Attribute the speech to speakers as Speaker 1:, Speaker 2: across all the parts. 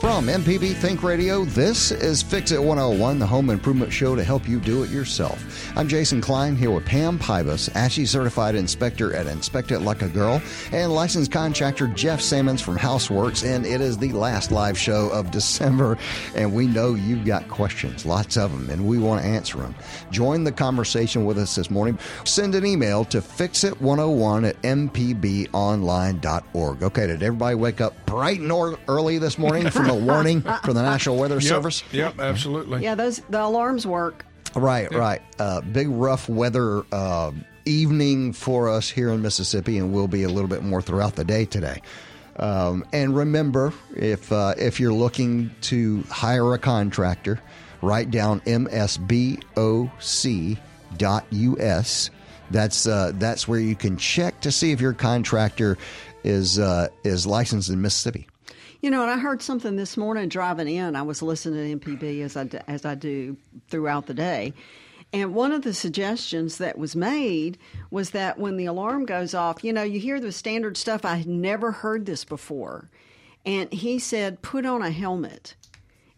Speaker 1: From MPB Think Radio, this is Fix It 101, the home improvement show to help you do it yourself. I'm Jason Klein here with Pam Pybus, ASHI certified inspector at Inspect It Like a Girl, and licensed contractor Jeff Sammons from Houseworks. And it is the last live show of December, and we know you've got questions, lots of them, and we want to answer them. Join the conversation with us this morning. Send an email to fixit101 at mpbonline.org. Okay, did everybody wake up bright and or- early this morning from a warning from the National Weather Service?
Speaker 2: Yep, absolutely.
Speaker 3: Yeah, those the alarms work.
Speaker 1: Right, right. Uh, big rough weather uh, evening for us here in Mississippi, and will be a little bit more throughout the day today. Um, and remember, if uh, if you're looking to hire a contractor, write down msboc.us. That's uh, that's where you can check to see if your contractor is uh, is licensed in Mississippi.
Speaker 3: You know, and I heard something this morning driving in. I was listening to MPB as I d- as I do throughout the day. And one of the suggestions that was made was that when the alarm goes off, you know, you hear the standard stuff. I had never heard this before. And he said, put on a helmet.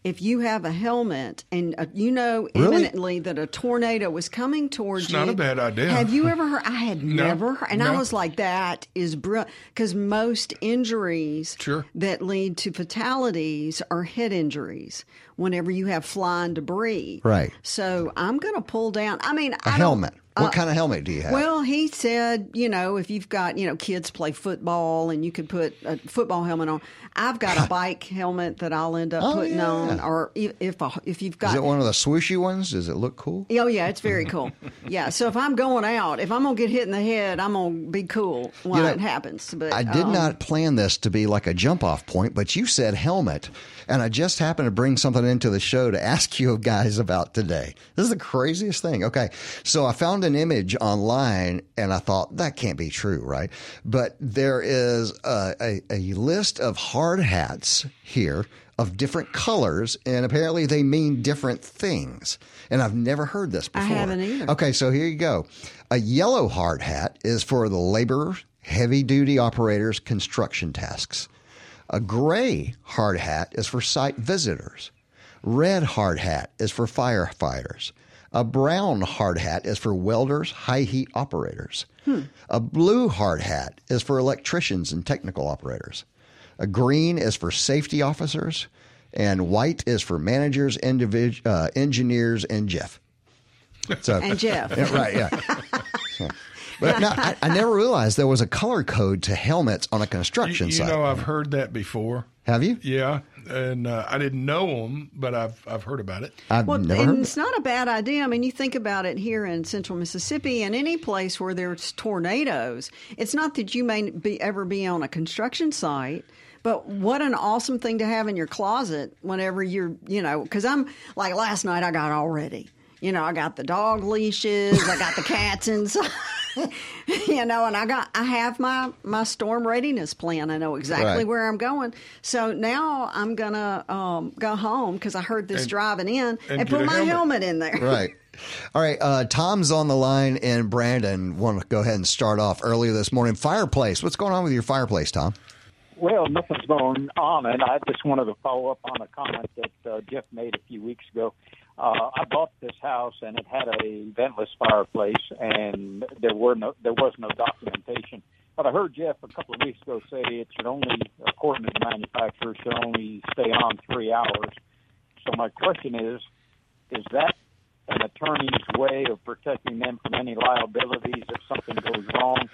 Speaker 3: If you have a helmet and uh, you know
Speaker 1: Really?
Speaker 3: imminently that a tornado was coming towards
Speaker 2: It's
Speaker 3: you,
Speaker 2: not a bad idea.
Speaker 3: Have you ever heard? I had
Speaker 2: No,
Speaker 3: never, heard, and I
Speaker 2: no.
Speaker 3: was like, that is brilliant because most injuries
Speaker 2: Sure.
Speaker 3: that lead to fatalities are head injuries whenever you have flying debris.
Speaker 1: Right.
Speaker 3: So I'm going to pull down. I mean,
Speaker 1: A
Speaker 3: I don't-
Speaker 1: helmet. What
Speaker 3: uh,
Speaker 1: kind of helmet do you have?
Speaker 3: Well, he said, you know, if you've got, you know, kids play football and you could put a football helmet on. I've got a bike helmet that I'll end up
Speaker 1: Oh,
Speaker 3: putting
Speaker 1: yeah.
Speaker 3: on, or if if, a, if you've got
Speaker 1: is it one of the swooshy ones? Does it look cool?
Speaker 3: Oh yeah, it's very cool. Yeah, so if I'm going out, if I'm gonna get hit in the head, I'm gonna be cool when
Speaker 1: You know,
Speaker 3: it happens. But
Speaker 1: I did
Speaker 3: um,
Speaker 1: not plan this to be like a jump off point, but you said helmet, and I just happened to bring something into the show to ask you guys about today. This is the craziest thing. Okay, so I found an image online, and I thought that can't be true, right? But there is a, a, a list of hard hats here of different colors, and apparently they mean different things. And I've never heard this before.
Speaker 3: haven't either.
Speaker 1: Okay, so here you go. A yellow hard hat is for the laborer, heavy duty operators, construction tasks. A gray hard hat is for site visitors. Red hard hat is for firefighters. A brown hard hat is for welders, high heat operators.
Speaker 3: Hmm.
Speaker 1: A blue hard hat is for electricians and technical operators. A green is for safety officers, and white is for managers, individ- uh, engineers, and Jeff. So,
Speaker 3: And Jeff,
Speaker 1: uh, yeah, right, yeah. Yeah. But no, I, I never realized there was a color code to helmets on a construction
Speaker 2: You, you
Speaker 1: site.
Speaker 2: know, I've heard that before.
Speaker 1: Have you?
Speaker 2: Yeah, and uh, I didn't know them, but I've I've heard about it.
Speaker 1: I've
Speaker 3: well,
Speaker 1: never
Speaker 3: and
Speaker 1: heard.
Speaker 3: it's not a bad idea. I mean, you think about it here in Central Mississippi and any place where there's tornadoes. It's not that you may be ever be on a construction site. But what an awesome thing to have in your closet whenever you're, you know, because I'm like last night I got all ready. You know, I got the dog leashes, I got the cats inside. you know, and I got I have my my storm readiness plan. I know exactly
Speaker 1: Right.
Speaker 3: where I'm going. So now I'm gonna um, go home because I heard this
Speaker 2: And-
Speaker 3: driving in and,
Speaker 2: and
Speaker 3: put
Speaker 2: get a
Speaker 3: my helmet.
Speaker 2: helmet.
Speaker 3: in there.
Speaker 1: Right. All right. Uh, Tom's on the line, and Brandon want to go ahead and start off earlier this morning. Fireplace. What's going on with your fireplace, Tom?
Speaker 4: Well, nothing's going on, and I just wanted to follow up on a comment that uh, Jeff made a few weeks ago. Uh, I bought this house, and it had a ventless fireplace, and there were no there was no documentation. But I heard Jeff a couple of weeks ago say it should only, according to the manufacturer, should only stay on three hours. So my question is, is that an attorney's way of protecting them from any liabilities if something goes wrong?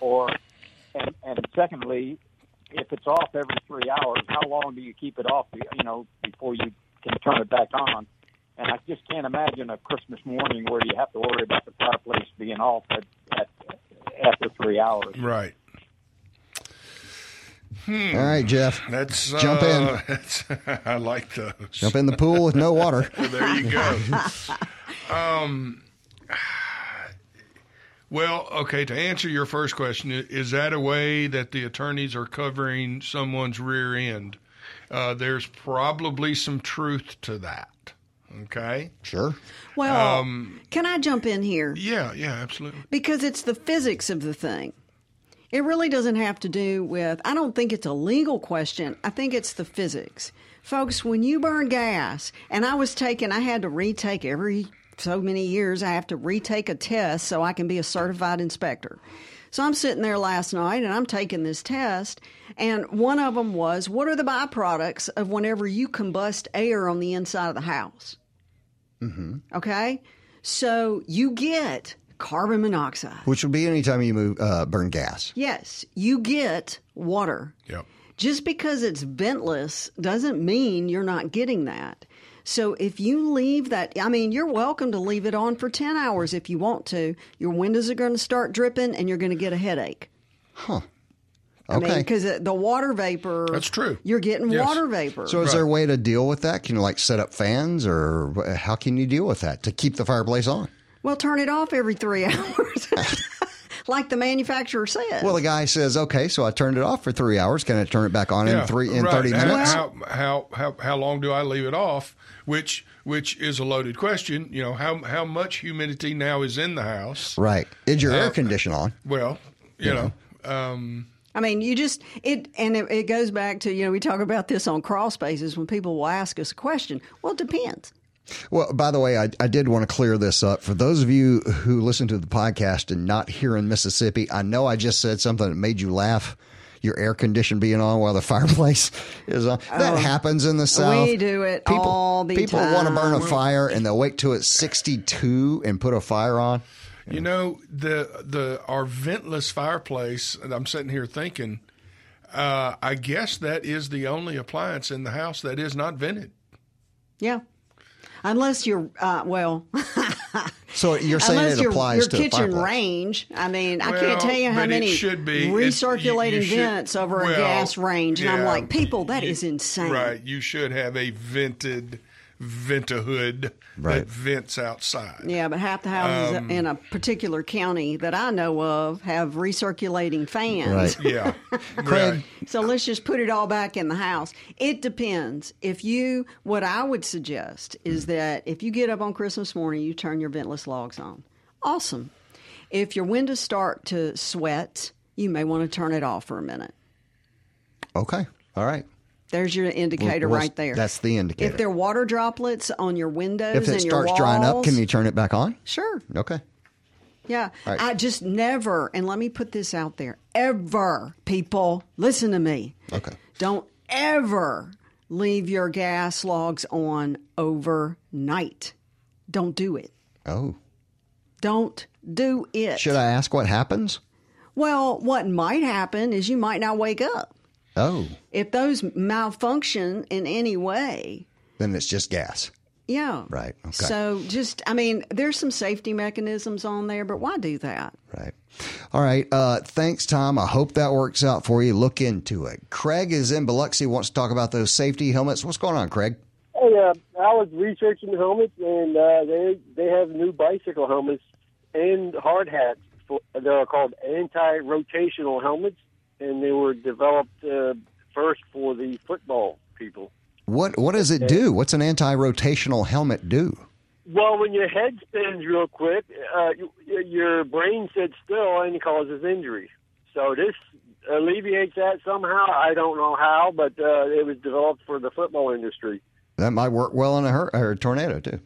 Speaker 4: Or, and, and secondly, if it's off every three hours, how long do you keep it off, you know, before you can turn it back on? And I just can't imagine a Christmas morning where you have to worry about the fireplace being off at, at after three hours.
Speaker 2: Right. Hmm.
Speaker 1: All right, Jeff.
Speaker 2: That's
Speaker 1: Jump
Speaker 2: uh, That's, I like those.
Speaker 1: Jump in the pool with no water.
Speaker 2: There you go. um, Well, okay, to answer your first question, i- is that a way that the attorneys are covering someone's rear end? Uh, there's probably some truth to that. Okay.
Speaker 1: Sure.
Speaker 3: Well, can I jump in here?
Speaker 2: Yeah, yeah, absolutely.
Speaker 3: Because it's the physics of the thing. It really doesn't have to do with, I don't think it's a legal question. I think it's the physics. Folks, when you burn gas, and I was taken, I had to retake every so many years, I have to retake a test so I can be a certified inspector. So I'm sitting there last night and I'm taking this test, and one of them was, What are the byproducts of whenever you combust air on the inside of the house?
Speaker 1: Mm-hmm.
Speaker 3: Okay? So you get carbon monoxide.
Speaker 1: Which would be anytime you move, uh, burn gas.
Speaker 3: Yes, you get water.
Speaker 2: Yep.
Speaker 3: Just because it's ventless doesn't mean you're not getting that. So if you leave that, I mean, you're welcome to leave it on for 10 hours if you want to. Your windows are going to start dripping and you're going to get a headache. I mean,
Speaker 1: Okay.
Speaker 3: because the water vapor.
Speaker 2: That's true.
Speaker 3: You're getting
Speaker 2: Yes.
Speaker 3: water vapor.
Speaker 1: so is there a way to deal with that? Can you like set up fans or wh- how can you deal with that to keep the fireplace on?
Speaker 3: well, turn it off every three hours, like the manufacturer says.
Speaker 1: Well, the guy says, okay, so I turned it off for three hours. Can I turn it back on in three in
Speaker 2: right.
Speaker 1: 30
Speaker 2: How-
Speaker 1: minutes?
Speaker 2: How, how how how long do I leave it off? Which which is a loaded question. You know how how much humidity now is in the house?
Speaker 1: Right. Is your air condition on?
Speaker 2: Well, you know. Um,
Speaker 3: I mean, you just it, and it, it goes back to you know we talk about this on crawl spaces when people will ask us a question. Well, it depends.
Speaker 1: Well, by the way, I, I did want to clear this up. For those of you who listen to the podcast and not here in Mississippi, I know I just said something that made you laugh. Your air condition being on while the fireplace is on. That
Speaker 3: Oh,
Speaker 1: happens in the South.
Speaker 3: do it
Speaker 1: people,
Speaker 3: all the
Speaker 1: People want to burn a
Speaker 3: time.
Speaker 1: fire and they'll wait till it's 62 and put a fire on.
Speaker 2: You know the the our ventless fireplace. And I'm sitting here thinking. Uh, I guess that is the only appliance in the house that is not vented.
Speaker 3: Yeah, unless you're uh, well,
Speaker 1: So you're saying
Speaker 3: unless
Speaker 1: it
Speaker 3: your
Speaker 1: applies
Speaker 3: your
Speaker 1: to the
Speaker 3: kitchen
Speaker 1: fireplace.
Speaker 3: range. I mean, I
Speaker 2: Well,
Speaker 3: can't tell you how
Speaker 2: but it
Speaker 3: many
Speaker 2: should be. It-
Speaker 3: recirculating
Speaker 2: you- you should-
Speaker 3: vents over
Speaker 2: well,
Speaker 3: a gas range, and I'm
Speaker 2: yeah,
Speaker 3: like, people, that
Speaker 2: you-
Speaker 3: is insane.
Speaker 2: Right. You should have a vented ventahood
Speaker 1: Right.
Speaker 2: that vents outside.
Speaker 3: Yeah, but half the houses
Speaker 2: Um,
Speaker 3: in a particular county that I know of have recirculating fans.
Speaker 1: Right.
Speaker 2: Yeah.
Speaker 1: Craig,
Speaker 2: right.
Speaker 3: So let's just put it all back in the house. It depends. If you, what I would suggest is that if you get up on Christmas morning, you turn your ventless logs on. Awesome. If your windows start to sweat, you may want to turn it off for a minute.
Speaker 1: okay. All right.
Speaker 3: There's your indicator
Speaker 1: Well,
Speaker 3: right there.
Speaker 1: That's the indicator.
Speaker 3: If there are water droplets on your windows
Speaker 1: if it
Speaker 3: and your
Speaker 1: starts drying up, can
Speaker 3: walls-
Speaker 1: you turn it back on?
Speaker 3: Sure.
Speaker 1: Okay.
Speaker 3: Yeah.
Speaker 1: right.
Speaker 3: I just never, and let me put this out there ever, people, listen to me.
Speaker 1: Okay.
Speaker 3: Don't ever leave your gas logs on overnight. Don't do it.
Speaker 1: Oh.
Speaker 3: Don't do it.
Speaker 1: Should I ask what happens?
Speaker 3: Well, what might happen is you might not wake up.
Speaker 1: Oh.
Speaker 3: If those malfunction in any way,
Speaker 1: Then it's just gas.
Speaker 3: yeah.
Speaker 1: Right, okay.
Speaker 3: So just, I mean, there's some safety mechanisms on there, but why do that?
Speaker 1: Right. All right. Uh, thanks, Tom. I hope that works out for you. Look into it. Craig is in Biloxi, wants to talk about those safety helmets. What's going on, Craig?
Speaker 5: Hey, uh, I was researching the helmets, and uh, they they have new bicycle helmets and hard hats. For, they're called anti-rotational helmets, and they were developed uh, first for the football people.
Speaker 1: What What does it do? What's an anti rotational helmet do?
Speaker 5: Well, when your head spins real quick, uh, you, your brain sits still and causes injury. So this alleviates that somehow. I don't know how, but uh, it was developed for the football industry.
Speaker 1: That might work well in a, hur- or a tornado, too.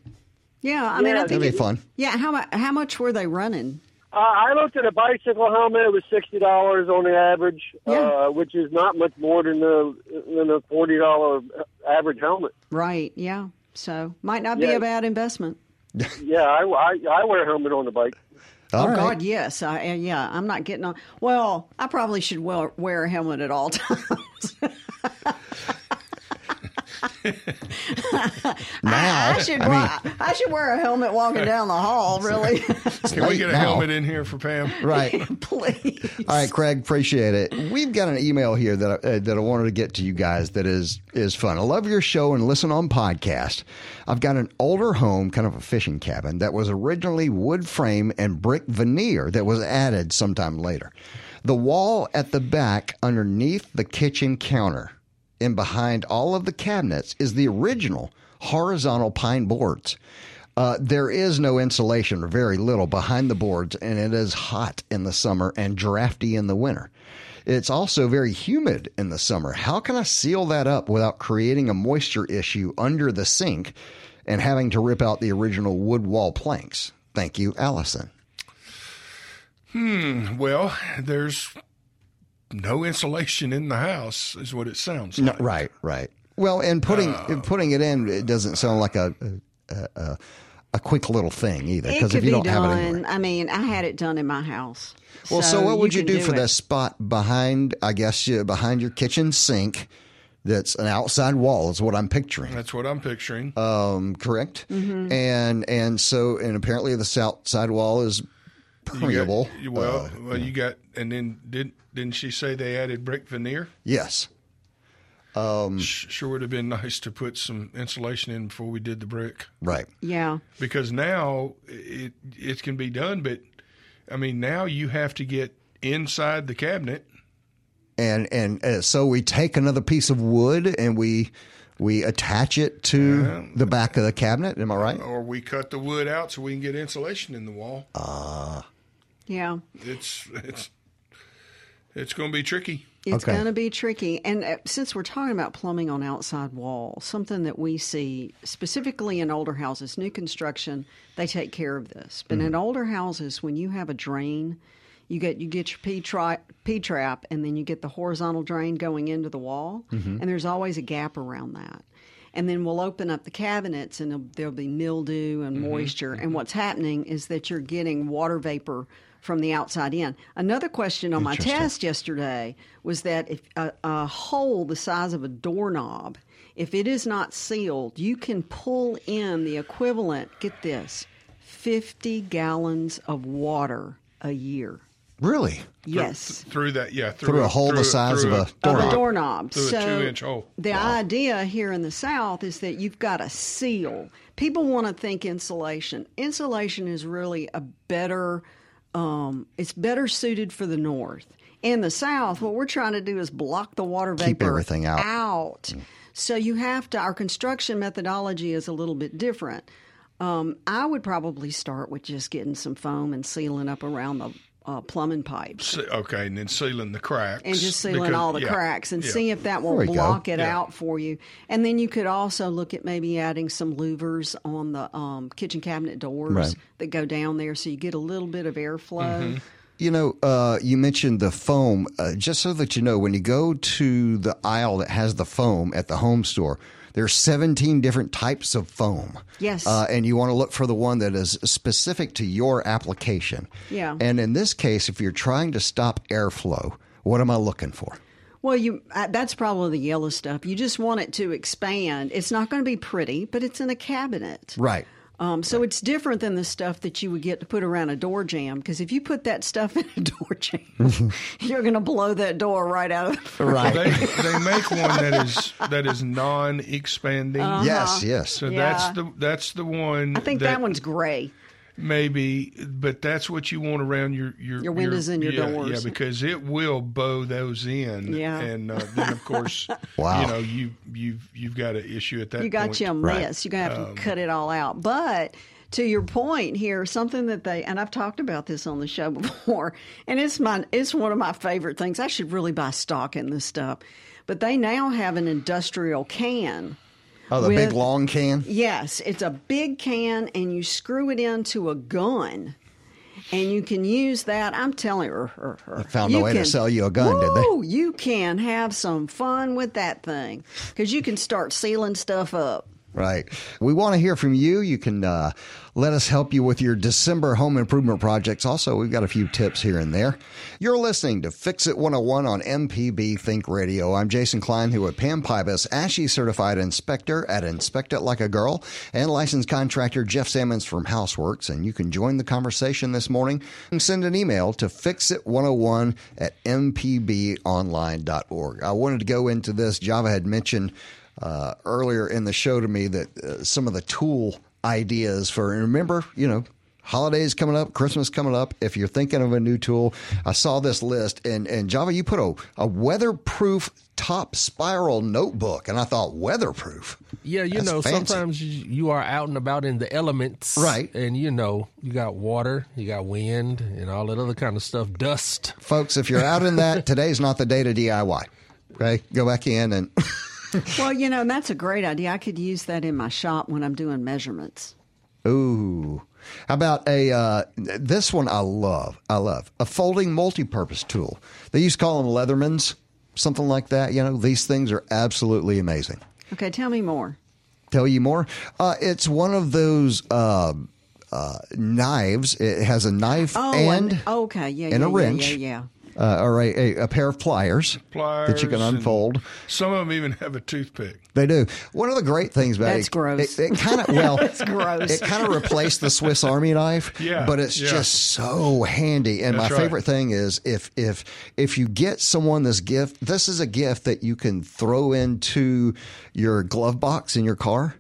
Speaker 3: Yeah. I mean, I
Speaker 5: Yeah,
Speaker 3: think.
Speaker 1: That'd be
Speaker 3: it-
Speaker 1: fun.
Speaker 3: Yeah. How, mu- how much were they running?
Speaker 5: Uh, I looked at a bicycle helmet. It was sixty dollars on the average,
Speaker 3: Yeah.
Speaker 5: uh, which is not much more than the than the forty dollar average helmet.
Speaker 3: Right. Yeah. So might not be
Speaker 5: Yeah.
Speaker 3: a bad investment.
Speaker 5: Yeah, I, I, I wear a helmet on the bike.
Speaker 1: All
Speaker 3: oh
Speaker 1: right.
Speaker 3: God, yes. I, uh, yeah, I'm not getting on. Well, I
Speaker 1: Oh,
Speaker 3: probably should well wear a helmet at all times.
Speaker 1: Now,
Speaker 3: I, I should
Speaker 1: I
Speaker 3: wa- I should wear a helmet walking down the hall, really.
Speaker 2: Can we
Speaker 1: late
Speaker 2: get a
Speaker 1: now.
Speaker 2: helmet in here for Pam?
Speaker 1: right.
Speaker 3: Please.
Speaker 1: All right, Craig, appreciate it. We've got an email here that I, uh, that I wanted to get to you guys that is is fun. I love your show and listen on podcast. I've got an older home, kind of a fishing cabin that was originally wood frame and brick veneer that was added sometime later. The wall at the back underneath the kitchen counter and behind all of the cabinets is the original horizontal pine boards. Uh, there is no insulation or very little behind the boards, and it is hot in the summer and drafty in the winter. It's also very humid in the summer. How can I seal that up without creating a moisture issue under the sink and having to rip out the original wood wall planks? Thank you, Allison.
Speaker 2: Hmm. Well, there's no insulation in the house, is what it sounds
Speaker 1: No,
Speaker 2: like.
Speaker 1: right, right. Well, and putting
Speaker 2: Oh.
Speaker 1: putting it in, it doesn't sound like a a, a, a quick little thing either.
Speaker 3: It
Speaker 1: Because
Speaker 3: could
Speaker 1: if you
Speaker 3: be
Speaker 1: don't have it, anywhere.
Speaker 3: done. I mean, I had it done in my house.
Speaker 1: Well, so, what would you,
Speaker 3: can
Speaker 1: do, for
Speaker 3: it.
Speaker 1: that spot behind? I guess you, behind your kitchen sink. That's an outside wall. Is what I'm picturing.
Speaker 2: That's what I'm picturing.
Speaker 1: Um, correct.
Speaker 3: Mm-hmm.
Speaker 1: And and so and apparently the south side wall is
Speaker 2: You got-
Speaker 1: permeable.
Speaker 2: you- well,
Speaker 1: Uh,
Speaker 2: well, you got, and then did didn't she say they added brick veneer?
Speaker 1: yes. Um,
Speaker 2: Sh- Sure would have been nice to put some insulation in before we did the brick,
Speaker 1: Right.
Speaker 3: Yeah.
Speaker 2: because now it it can be done. But I mean, now you have to get inside the cabinet.
Speaker 1: And and uh, so we take another piece of wood and we we attach it to the back of the cabinet. Am I right?
Speaker 2: or we cut the wood out so we can get insulation in the wall.
Speaker 1: Uh.
Speaker 3: Yeah.
Speaker 2: It's it's it's going to be tricky.
Speaker 3: It's
Speaker 1: Okay.
Speaker 3: going to be tricky. And uh, since we're talking about plumbing on outside walls, something that we see specifically in older houses, new construction, they take care of this. But in older houses, when you have a drain, you get you get your P tri- P trap, and then you get the horizontal drain going into the wall,
Speaker 1: Mm-hmm.
Speaker 3: and there's always a gap around that. And then we'll open up the cabinets, and there'll, there'll be mildew and moisture. And what's happening is that you're getting water vapor from the outside in. Another question on my test yesterday was that if a, a hole the size of a doorknob, if it is not sealed, you can pull in the equivalent. Get this: fifty gallons of water a year.
Speaker 1: Really?
Speaker 3: Yes.
Speaker 2: Through that, yeah, through,
Speaker 1: Through a hole the size
Speaker 2: through
Speaker 1: of a
Speaker 3: Of a
Speaker 1: doorknob.
Speaker 3: doorknob.
Speaker 2: Through a
Speaker 3: so
Speaker 2: two-inch hole.
Speaker 3: The idea here in the South is that you've got a seal. People want to think insulation. Insulation is really a better, um, it's better suited for the North. In the South, what we're trying to do is block the water vapor
Speaker 1: everything out. Mm.
Speaker 3: out. So you have to, our construction methodology is a little bit different. Um, I would probably start with just getting some foam and sealing up around the uh, plumbing pipes
Speaker 2: Se- Okay, and then sealing the cracks
Speaker 3: and just sealing
Speaker 2: because-
Speaker 3: all the
Speaker 2: yeah,
Speaker 3: cracks and
Speaker 2: yeah.
Speaker 3: see if that
Speaker 1: There
Speaker 3: will
Speaker 1: we go.
Speaker 3: block it
Speaker 2: Yeah.
Speaker 3: out for you. And then you could also look at maybe adding some louvers on the um, kitchen cabinet doors
Speaker 1: Right.
Speaker 3: that go down there, so you get a little bit of airflow.
Speaker 2: Mm-hmm.
Speaker 1: You know, uh, you mentioned the foam. Uh, just so that you know, when you go to the aisle that has the foam at the home store, there's 17 different types of foam.
Speaker 3: Yes.
Speaker 1: Uh, and you want to look for the one that is specific to your application.
Speaker 3: Yeah.
Speaker 1: And in this case, if you're trying to stop airflow, what am I looking for?
Speaker 3: Well, you uh, that's probably the yellow stuff. You just want it to expand. It's not going to be pretty, but it's in a cabinet.
Speaker 1: Right.
Speaker 3: Um, so it's different than the stuff that you would get to put around a door jam because if you put that stuff in a door jam, you're going to blow that door right out of the
Speaker 1: Right.
Speaker 2: They, they make one that is that is non-expanding.
Speaker 1: Yes, yes.
Speaker 2: So
Speaker 3: Uh-huh. Yeah.
Speaker 2: that's the that's the one.
Speaker 3: I think that one's gray.
Speaker 2: maybe, but that's what you want around your your,
Speaker 3: Your windows and your
Speaker 2: yeah,
Speaker 3: doors.
Speaker 2: Yeah, because it will bow those in.
Speaker 3: Yeah.
Speaker 2: and uh, then of course,
Speaker 1: Wow.
Speaker 2: you know you you've you've got an issue at that.
Speaker 3: you got
Speaker 2: point. Um,
Speaker 3: you a
Speaker 1: Right.
Speaker 3: mess. You're gonna have to cut it all out. But to your point here, something that they and I've talked about this on the show before, and it's my it's one of my favorite things. I should really buy stock in this stuff, but they now have an industrial can.
Speaker 1: Oh, the
Speaker 3: With-
Speaker 1: big long can?
Speaker 3: Yes, it's a big can, and you screw it into a gun. And you can use that. I'm telling her. her, her. I
Speaker 1: found a way to sell you a gun, did they?
Speaker 3: You can have some fun with that thing because you can start sealing stuff up.
Speaker 1: Right. We want to hear from you. You can uh, let us help you with your December home improvement projects. Also, we've got a few tips here and there. You're listening to Fix It 101 on MPB Think Radio. I'm Jason Klein, who with Pam Pybus, ASHI certified inspector at Inspect It Like a Girl, and licensed contractor Jeff Sammons from Houseworks. And you can join the conversation this morning and send an email to fixit101 at mpbonline.org. I wanted to go into this. Java had mentioned uh, earlier in the show to me that uh, some of the tool ideas for, and remember, you know, holidays coming up, Christmas coming up. If you're thinking of a new tool, I saw this list, and, and Java, you put a, a weatherproof top spiral notebook, and I thought, weatherproof?
Speaker 6: Yeah, you
Speaker 1: That's
Speaker 6: know,
Speaker 1: fancy.
Speaker 6: sometimes you you are out and about in the elements.
Speaker 1: Right.
Speaker 6: And, you know, you got water, you got wind, and all that other kind of stuff, dust.
Speaker 1: Folks, if you're out in that, today's not the day to DIY. Okay, go back in and
Speaker 3: Well, you know, and that's a great idea. I could use that in my shop when I'm doing measurements.
Speaker 1: Ooh. How about a uh, this one I love. I love a folding multi-purpose tool. They used to call them Leathermans, something like that. You know, these things are absolutely amazing.
Speaker 3: Okay, tell me more.
Speaker 1: Tell you more. Uh, it's one of those uh, uh, knives. It has a knife
Speaker 3: Oh,
Speaker 1: and
Speaker 3: oh, okay, yeah,
Speaker 1: and
Speaker 3: yeah,
Speaker 1: a
Speaker 3: yeah,
Speaker 1: wrench.
Speaker 3: yeah, yeah.
Speaker 1: Uh, or a, a, a pair of pliers, that you can
Speaker 2: Pliers and-
Speaker 1: unfold.
Speaker 2: Some of them even have a toothpick.
Speaker 1: They do. One of the great things about
Speaker 3: That's
Speaker 1: it,
Speaker 3: gross.
Speaker 1: It, kind of well,
Speaker 3: That's gross.
Speaker 1: It kind of replaced the Swiss Army knife.
Speaker 2: Yeah,
Speaker 1: but it's
Speaker 2: yeah.
Speaker 1: just so handy. And
Speaker 2: That's
Speaker 1: my
Speaker 2: right.
Speaker 1: favorite thing is if if if you get someone this gift, this is a gift that you can throw into your glove box in your car,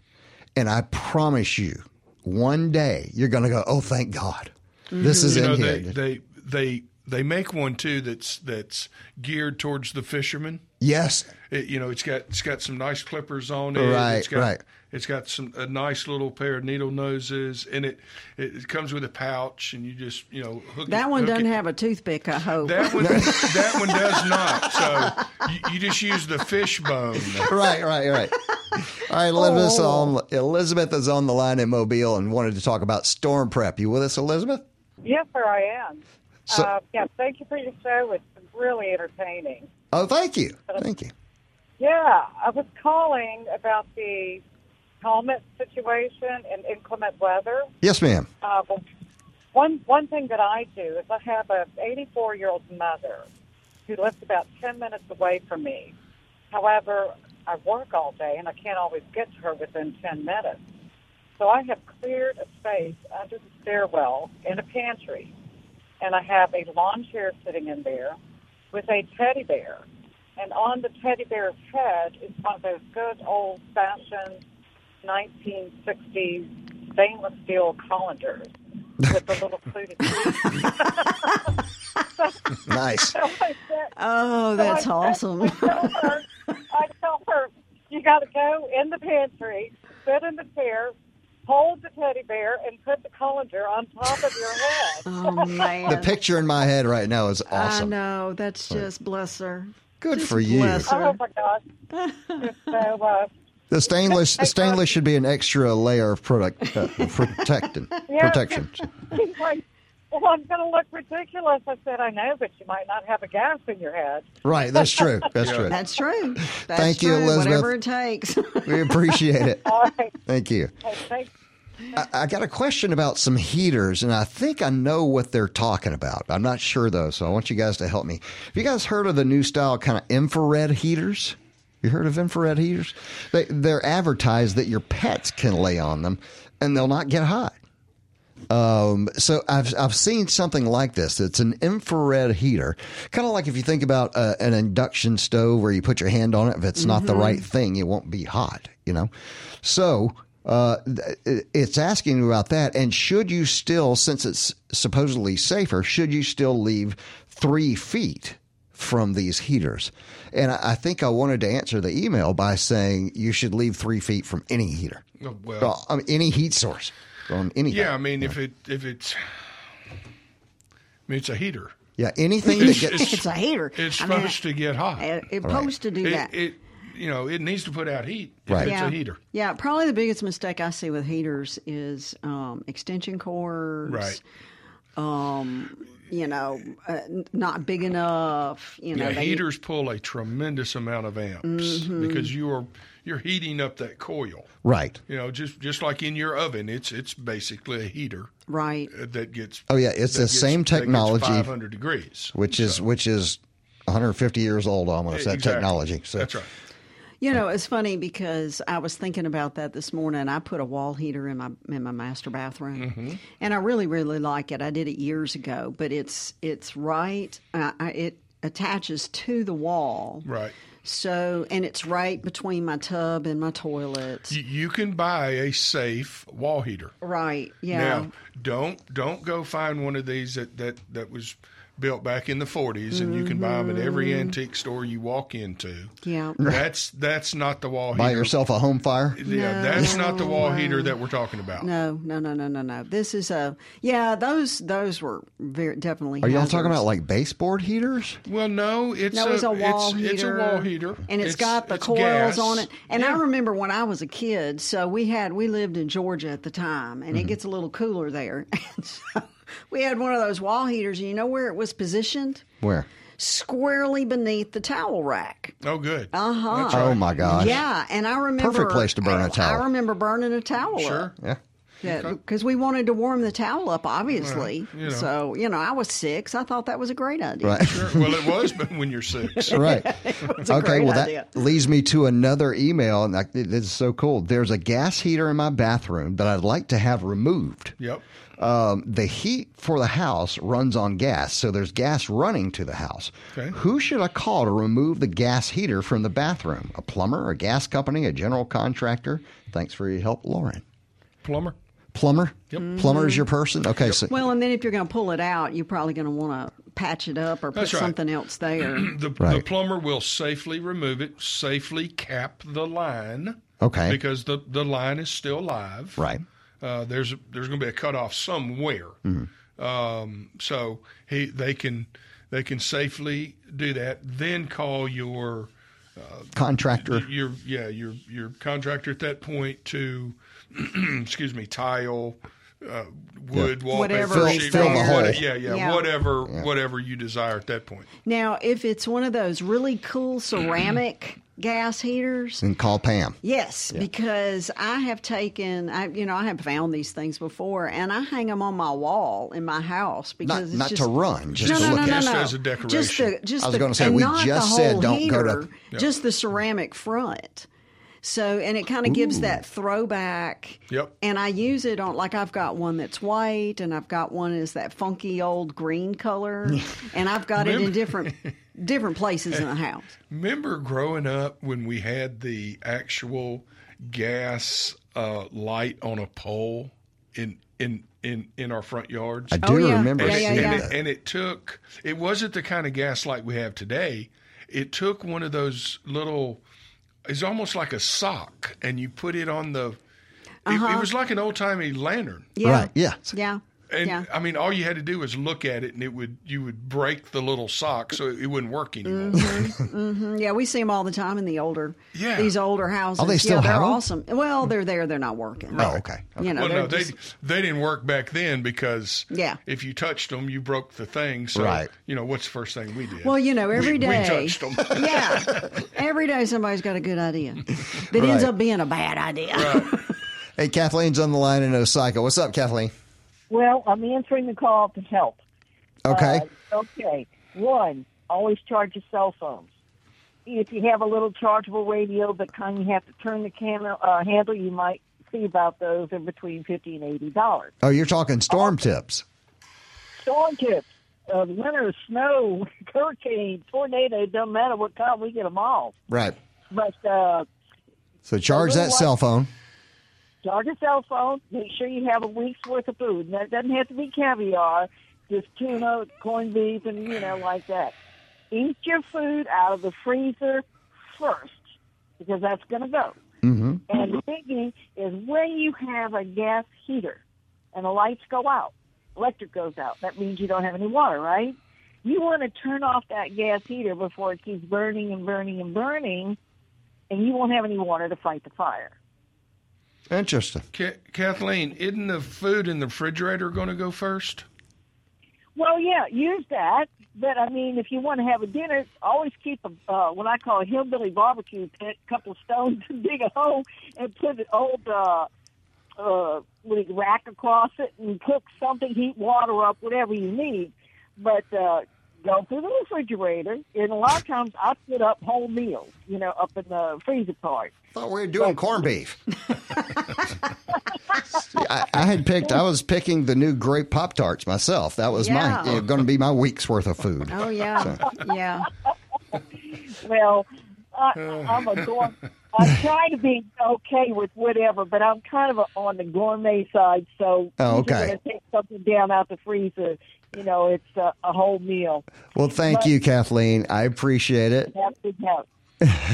Speaker 1: and I promise you, one day you're going to go, oh, thank God,
Speaker 3: Mm-hmm.
Speaker 1: this is
Speaker 2: You
Speaker 1: in
Speaker 2: know,
Speaker 1: here.
Speaker 2: they, they they they make one too that's that's geared towards the fisherman.
Speaker 1: yes,
Speaker 2: It, you know, it's got it's got some nice clippers on it.
Speaker 1: Right,
Speaker 2: it's got,
Speaker 1: right.
Speaker 2: It's got some a nice little pair of needle noses, and it it, it comes with a pouch, and you just you know hook it-
Speaker 3: That one
Speaker 2: hook
Speaker 3: doesn't
Speaker 2: it.
Speaker 3: have a toothpick, I hope.
Speaker 2: that one. that one does not. So you, you just use the fish bone.
Speaker 1: right, right, right. All right, Elizabeth is, on, Elizabeth is on the line in Mobile and wanted to talk about storm prep. You with us, Elizabeth?
Speaker 7: Yes, sir, I am.
Speaker 1: So-
Speaker 7: uh, yeah, thank you for your show. It's really entertaining.
Speaker 1: Oh, thank you. Thank you.
Speaker 7: Yeah, I was calling about the helmet situation and inclement weather.
Speaker 1: Yes, ma'am.
Speaker 7: Uh, but one one thing that I do is I have a 84 year old mother who lives about 10 minutes away from me. However, I work all day and I can't always get to her within 10 minutes. So I have cleared a space under the stairwell in a pantry, and I have a lawn chair sitting in there with a teddy bear. And on the teddy bear's head is one of those good old fashioned 1960s stainless steel colanders with the little fluted.
Speaker 1: Nice.
Speaker 3: Oh, that's
Speaker 7: So I-
Speaker 3: awesome.
Speaker 7: I tell her, I tell her, you got to go in the pantry, sit in the chair, hold the teddy bear, and put the colander on top of your head.
Speaker 3: Oh man,
Speaker 1: The picture in my head right now is awesome.
Speaker 3: I know that's just bless her.
Speaker 1: Good
Speaker 3: Just
Speaker 1: for you.
Speaker 3: bless her.
Speaker 7: Oh my gosh! It's so uh,
Speaker 1: The stainless the stainless should be an extra layer of product uh, protecting
Speaker 7: Yeah.
Speaker 1: protection.
Speaker 7: she's like, well, I'm going to look ridiculous. I said, I know, but you might not have a gas in your head.
Speaker 1: Right, that's true. That's true.
Speaker 3: That's true. That's
Speaker 1: Thank you,
Speaker 3: true.
Speaker 1: Elizabeth.
Speaker 3: Whatever it takes.
Speaker 1: We appreciate it.
Speaker 7: All right,
Speaker 1: Thank you.
Speaker 7: hey, thanks.
Speaker 1: I, I got a question about some heaters, and I think I know what they're talking about. I'm not sure though, so I want you guys to help me. Have you guys heard of the new style kind of infrared heaters? You heard of infrared heaters? They, they're advertised that your pets can lay on them, and they'll not get hot. Um, so I've I've seen something like this. It's an infrared heater, kind of like if you think about uh, an induction stove where you put your hand on it. If it's not the right thing, it won't be hot. You know, so. Uh, th- it- it's asking you about that, and should you still, since it's supposedly safer, should you still leave three feet from these heaters? And I I think I wanted to answer the email by saying you should leave three feet from any heater,
Speaker 2: Oh, Well,
Speaker 1: well, I mean, any heat source, on anything.
Speaker 2: yeah. I mean, if it if it's, I mean, it's a heater.
Speaker 1: Yeah, anything that
Speaker 2: It's-
Speaker 1: gets
Speaker 3: it's a hater.
Speaker 2: It's
Speaker 3: I mean,
Speaker 2: supposed to get hot.
Speaker 3: it- It's supposed to do
Speaker 2: it,
Speaker 3: that.
Speaker 2: it you know it needs to put out heat. if
Speaker 1: Right.
Speaker 2: It's
Speaker 3: yeah.
Speaker 2: a heater.
Speaker 3: Yeah, probably the biggest mistake I see with heaters is um, extension cords. Um,
Speaker 2: Right.
Speaker 3: You know, uh, n- not big enough. You know,
Speaker 2: Yeah,
Speaker 3: they- Mm-hmm.
Speaker 2: heaters pull a tremendous amount of amps because you are you're heating up that coil.
Speaker 1: Right.
Speaker 2: You know, just just like in your oven, it's it's basically a heater
Speaker 3: Right.
Speaker 2: uh, that gets
Speaker 1: Oh yeah, it's the same
Speaker 2: Five
Speaker 1: technology,
Speaker 2: hundred degrees.
Speaker 1: which is which is 150 years old almost. That
Speaker 2: Exactly.
Speaker 1: technology. So
Speaker 2: That's right.
Speaker 3: You know, it's funny because I was thinking about that this morning. I put a wall heater in my in my master bathroom,
Speaker 1: Mm-hmm.
Speaker 3: and I really really like it. I did it years ago, but it's it's right. Uh, I, it attaches to the wall,
Speaker 2: Right.
Speaker 3: so and it's right between my tub and my toilet.
Speaker 2: You, you can buy a safe wall heater.
Speaker 3: right? Yeah.
Speaker 2: Now, don't don't go find one of these that that that was built back in the 40s and you can buy them at every
Speaker 1: Mm-hmm.
Speaker 2: antique store you walk into.
Speaker 3: Yeah.
Speaker 2: That's that's not the wall
Speaker 1: buy
Speaker 2: heater.
Speaker 1: yourself a home fire.
Speaker 2: Yeah, that's not the wall heater that we're talking about.
Speaker 3: No, no, no, no, no, no. This is a yeah. Those those were very definitely.
Speaker 1: Are y'all
Speaker 3: hazards.
Speaker 1: talking about like baseboard heaters?
Speaker 2: Well, no, it's
Speaker 3: No,
Speaker 2: a,
Speaker 3: it's a wall
Speaker 2: it's,
Speaker 3: heater.
Speaker 2: It's a wall heater,
Speaker 3: and it's got the
Speaker 2: it's
Speaker 3: coils
Speaker 2: gas.
Speaker 3: on it. And I
Speaker 2: Yeah.
Speaker 3: remember when I was a kid, so we had we lived in Georgia at the time,
Speaker 2: Mm-hmm.
Speaker 3: and it gets a little cooler there. And so we had one of those wall heaters, and you know where it was positioned?
Speaker 1: Where?
Speaker 3: Squarely beneath the towel rack. Uh-huh.
Speaker 2: Oh, good. Uh huh.
Speaker 1: Oh my gosh.
Speaker 3: Yeah, and I remember
Speaker 1: Perfect place to burn a towel.
Speaker 3: I remember burning a towel.
Speaker 2: Sure.
Speaker 1: Yeah.
Speaker 3: Because we wanted to warm the towel up, obviously.
Speaker 2: Well, you know.
Speaker 3: So, you know, I was six. I thought that was a great idea.
Speaker 1: Right.
Speaker 2: Sure. Well, it was, but when you're six,
Speaker 1: Right.
Speaker 3: a
Speaker 1: okay,
Speaker 3: great
Speaker 1: well,
Speaker 3: idea.
Speaker 1: that leads me to another email. And I, this is so cool. There's a gas heater in my bathroom that I'd like to have removed.
Speaker 2: yep.
Speaker 1: Um, the heat for the house runs on gas, so there's gas running to the house.
Speaker 2: Okay.
Speaker 1: Who should I call to remove the gas heater from the bathroom? A plumber, a gas company, a general contractor? Thanks for your help, Lauren.
Speaker 2: Plumber.
Speaker 1: Plumber?
Speaker 3: Mm-hmm.
Speaker 1: Yep. Plumber is your person? Okay, so
Speaker 3: Well, and then if you're going to pull it out, you're probably going to want to patch it up or
Speaker 2: That's
Speaker 3: put
Speaker 2: right.
Speaker 3: something else there.
Speaker 2: The, the
Speaker 1: Right.
Speaker 2: plumber will safely remove it, safely cap the line.
Speaker 1: Okay.
Speaker 2: Because the, the line is still live.
Speaker 1: right.
Speaker 2: Uh, there's there's going to be a cutoff somewhere.
Speaker 1: Mm-hmm.
Speaker 2: Um, so he they can they can safely do that. Then call your uh,
Speaker 1: Contractor.
Speaker 2: your yeah your your contractor at that point to excuse me tile uh, wood wallpaper
Speaker 3: Whatever
Speaker 1: Fill-
Speaker 2: sheet
Speaker 1: fill
Speaker 2: rock,
Speaker 1: the hole.
Speaker 2: what- yeah, yeah
Speaker 3: Yeah.
Speaker 2: whatever whatever you desire at that point
Speaker 3: now, if it's one of those really cool ceramic gas heaters,
Speaker 1: And call Pam.
Speaker 3: yes, because I have taken, I you know, I have found these things before, and I hang them on my wall in my house
Speaker 1: Not,
Speaker 3: because it's
Speaker 1: not
Speaker 3: just,
Speaker 1: to run, just
Speaker 3: no,
Speaker 1: to
Speaker 3: no,
Speaker 1: look
Speaker 3: no,
Speaker 1: at.
Speaker 3: no,
Speaker 2: Just
Speaker 3: no.
Speaker 2: as a decoration.
Speaker 3: Just the, just
Speaker 1: I was
Speaker 3: the,
Speaker 1: gonna say,
Speaker 3: and
Speaker 1: we
Speaker 3: not the
Speaker 1: just
Speaker 3: whole
Speaker 1: said don't go
Speaker 3: heater,
Speaker 1: to-
Speaker 3: just the ceramic front. So, and it kind of gives that throwback.
Speaker 2: Yep.
Speaker 3: And I use it on, like, I've got one that's white, and I've got one is that funky old green color, and I've got it in different different places in the house.
Speaker 2: remember growing up when we had the actual gas uh, light on a pole in in in in our front yards
Speaker 1: I do
Speaker 3: Oh, yeah.
Speaker 1: remember
Speaker 2: And,
Speaker 3: Yeah,
Speaker 2: it,
Speaker 1: seeing
Speaker 2: and,
Speaker 1: that.
Speaker 2: it, and it took, it wasn't the kind of gas like we have today. It took one of those little, it's almost like a sock, and you put it on the, it-
Speaker 3: Uh-huh.
Speaker 2: it, was like an old timey lantern.
Speaker 3: Yeah.
Speaker 1: Right, yeah.
Speaker 3: Yeah.
Speaker 2: And
Speaker 3: yeah.
Speaker 2: I mean, all you had to do was look at it, and it would, you would break the little sock so it wouldn't work anymore.
Speaker 3: Mm-hmm. Yeah, we see them all the time in the older,
Speaker 2: Yeah.
Speaker 3: these older houses.
Speaker 1: Oh, they still
Speaker 3: yeah, they're
Speaker 1: have 'em?
Speaker 3: awesome. Well, they're there. They're not working.
Speaker 1: Oh, okay. okay.
Speaker 3: You know,
Speaker 2: Well,
Speaker 3: they're
Speaker 2: no, they
Speaker 3: just-
Speaker 2: they didn't work back then because
Speaker 3: Yeah.
Speaker 2: if you touched them, you broke the thing. So
Speaker 1: Right.
Speaker 2: you know what's the first thing we did?
Speaker 3: Well, you know, every
Speaker 2: we,
Speaker 3: day.
Speaker 2: we touched them.
Speaker 3: yeah. Every day somebody's got a good idea that
Speaker 1: Right.
Speaker 3: ends up being a bad idea.
Speaker 1: Hey, Kathleen's on the line in Osaka. What's up, Kathleen?
Speaker 8: Well, I'm answering the call to help.
Speaker 1: Okay.
Speaker 8: Uh, okay. One, always charge your cell phones. If you have a little chargeable radio, but kind you have to turn the camera uh, handle, you might see about those in between fifty and eighty dollars.
Speaker 1: oh, you're talking storm tips.
Speaker 8: Storm tips, uh, winter, snow, hurricane, tornado, it doesn't matter what kind, we get them all.
Speaker 1: Right.
Speaker 8: But uh,
Speaker 1: So charge that
Speaker 8: Otherwise-
Speaker 1: cell phone.
Speaker 8: charge your cell phone. Make sure you have a week's worth of food. And that doesn't have to be caviar, just tuna, corned beef, and you know like that. Eat your food out of the freezer first because that's going to go. Mm-hmm. And the biggie is when you have a gas heater and the lights go out, electric goes out. That means you don't have any water, right? You want to turn off that gas heater before it keeps burning and burning and burning, and you won't have any water to fight the fire.
Speaker 1: Interesting.
Speaker 2: Ca- Kathleen, isn't the food in the refrigerator going to go first?
Speaker 8: Well, yeah, use that. But I mean, if you want to have a dinner, always keep a uh, what I call a hillbilly barbecue pit, a couple of stones to dig a hole, and put an old uh, uh, with a rack across it, and cook something, heat water up, whatever you need. But uh, go through the refrigerator, and a lot of times I put up whole meals, you know, up in the freezer part.
Speaker 1: Thought we were doing corned beef. See, I, I had picked. I was picking the new grape pop tarts myself. That was my
Speaker 3: Yeah.
Speaker 1: going to be my week's worth of food.
Speaker 3: Oh yeah, yeah.
Speaker 8: well, I, I'm a gourmet. I try to be okay with whatever, but I'm kind of a, on the gourmet side. So
Speaker 1: Oh,
Speaker 8: usually
Speaker 1: okay.
Speaker 8: when I take something down out the freezer, you know, it's a, a whole meal.
Speaker 1: Well, thank you, Kathleen. I appreciate it.
Speaker 8: Have to have.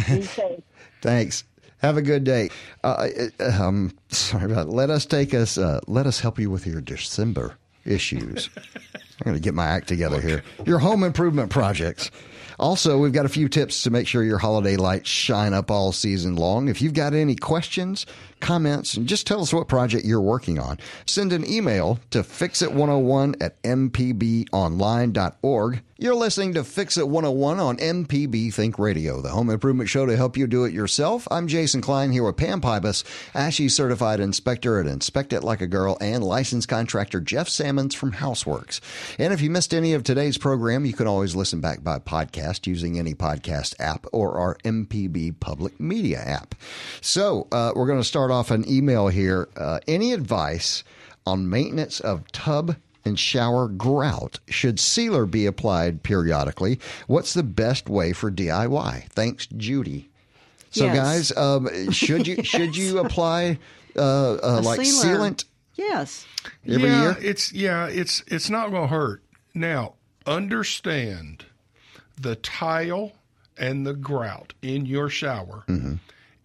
Speaker 8: Be safe.
Speaker 1: Thanks. Have a good day. Uh, uh, um, sorry about. It. Let us take us. Uh, let us help you with your December issues. I'm going to get my act together here. Your home improvement projects. Also, we've got a few tips to make sure your holiday lights shine up all season long. If you've got any questions, comments, and just tell us what project you're working on, send an email to fixit101 at mpbonline.org. You're listening to Fix It 101 on MPB Think Radio, the home improvement show to help you do it yourself. I'm Jason Klein here with Pam Pybus, ASHI certified inspector at Inspect It Like a Girl, and licensed contractor Jeff Sammons from Houseworks. And if you missed any of today's program, you can always listen back by podcast using any podcast app or our MPB public media app. So uh, we're going to start off an email here. Uh, any advice on maintenance of tub and shower grout? Should sealer be applied periodically? What's the best way for DIY? Thanks, Judy. So,
Speaker 3: Yes.
Speaker 1: guys, um, should you should you apply uh, uh,
Speaker 3: A
Speaker 1: like
Speaker 3: sealer.
Speaker 1: sealant
Speaker 3: Yes.
Speaker 1: every
Speaker 2: yeah,
Speaker 1: year?
Speaker 2: It's yeah, it's it's not going to hurt. Now, understand the tile and the grout in your shower
Speaker 1: Mm-hmm.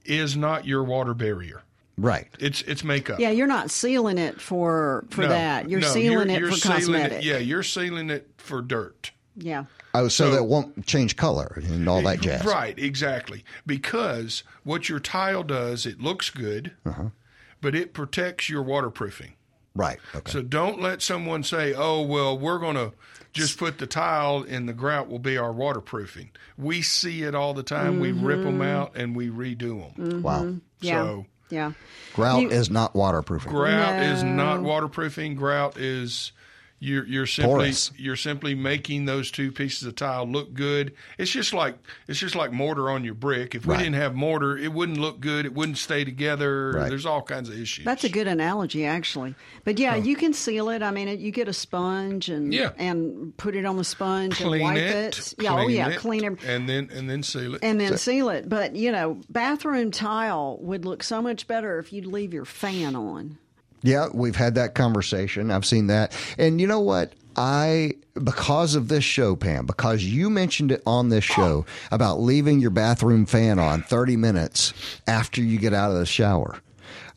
Speaker 2: is not your water barrier.
Speaker 1: Right.
Speaker 2: It's it's makeup.
Speaker 3: Yeah, you're not sealing it for for
Speaker 2: No,
Speaker 3: that. You're
Speaker 2: no,
Speaker 3: sealing it
Speaker 2: you're
Speaker 3: for
Speaker 2: sealing
Speaker 3: cosmetic.
Speaker 2: yeah, you're sealing it for dirt.
Speaker 3: yeah.
Speaker 1: Oh, so, that won't change color and all that jazz.
Speaker 2: Right, exactly. Because what your tile does, it looks good, but it protects your waterproofing.
Speaker 1: Uh-huh. Right. Okay.
Speaker 2: So don't let someone say, "Oh, well, we're going to just put the tile and the grout will be our waterproofing." We see it all the time. We rip them out and we redo them.
Speaker 1: wow.
Speaker 3: Mm-hmm. Yeah.
Speaker 2: So
Speaker 3: yeah.
Speaker 1: Grout
Speaker 3: You-
Speaker 1: is not waterproofing.
Speaker 2: grout is not
Speaker 3: No.
Speaker 2: waterproofing. Grout is you're you're simply
Speaker 1: Porous.
Speaker 2: you're simply making those two pieces of tile look good. It's just like it's just like mortar on your brick. If we
Speaker 1: Right.
Speaker 2: didn't have mortar, it wouldn't look good. It wouldn't stay together.
Speaker 1: Right.
Speaker 2: There's all kinds of issues.
Speaker 3: That's a good analogy, actually. But yeah, you can seal it. I mean, it, you get a sponge and
Speaker 2: Yeah.
Speaker 3: and put it on the sponge and
Speaker 2: clean
Speaker 3: wipe
Speaker 2: it.
Speaker 3: it. Yeah, oh
Speaker 2: clean
Speaker 3: yeah,
Speaker 2: it,
Speaker 3: clean it.
Speaker 2: and then and then seal it.
Speaker 3: and then seal it. But you know, bathroom tile would look so much better if you'd leave your fan on.
Speaker 1: Yeah, we've had that conversation. I've seen that. And you know what? I, because of this show, Pam, because you mentioned it on this show about leaving your bathroom fan on 30 minutes after you get out of the shower.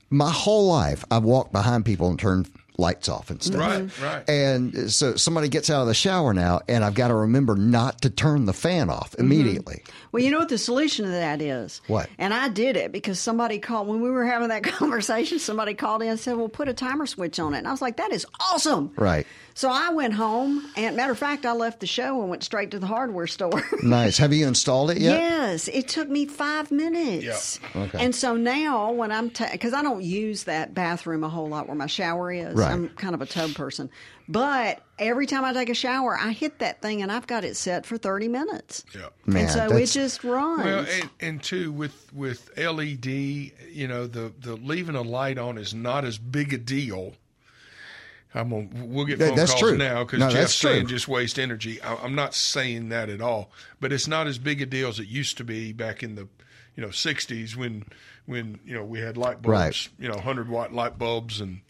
Speaker 1: My whole life, I've walked behind people and turned lights off and stuff.
Speaker 2: Right, right.
Speaker 1: And so somebody gets out of the shower now, and I've got to remember not to turn the fan off immediately.
Speaker 3: Well, you know what the solution to that is?
Speaker 1: What?
Speaker 3: And I did it because somebody called when we were having that conversation. Somebody called in and said, "Well, put a timer switch on it." And I was like, "That is awesome!"
Speaker 1: Right.
Speaker 3: So I went home, and matter of fact, I left the show and went straight to the hardware store.
Speaker 1: Nice. Have you installed it yet?
Speaker 3: Yes, it took me five minutes.
Speaker 1: Okay.
Speaker 3: And so now when I'm, because I don't use that bathroom a whole lot where my shower is.
Speaker 1: Right.
Speaker 3: I'm kind of a tub person. But every time I take a shower, I hit that thing and I've got it set for 30 minutes.
Speaker 2: yeah.
Speaker 1: Man,
Speaker 3: and so it
Speaker 1: that's-
Speaker 3: just runs.
Speaker 2: Well, and, and two with with LED, you know, the the leaving a light on is not as big a deal. I'm gonna, we'll get
Speaker 1: That-
Speaker 2: phone
Speaker 1: that's
Speaker 2: calls
Speaker 1: true.
Speaker 2: now because
Speaker 1: No, that's
Speaker 2: Jeff's saying
Speaker 1: true.
Speaker 2: just waste energy. I, I'm not saying that at all, but it's not as big a deal as it used to be back in the you know 60s when when you know we had light bulbs,
Speaker 1: Right.
Speaker 2: you know, 100 watt light bulbs and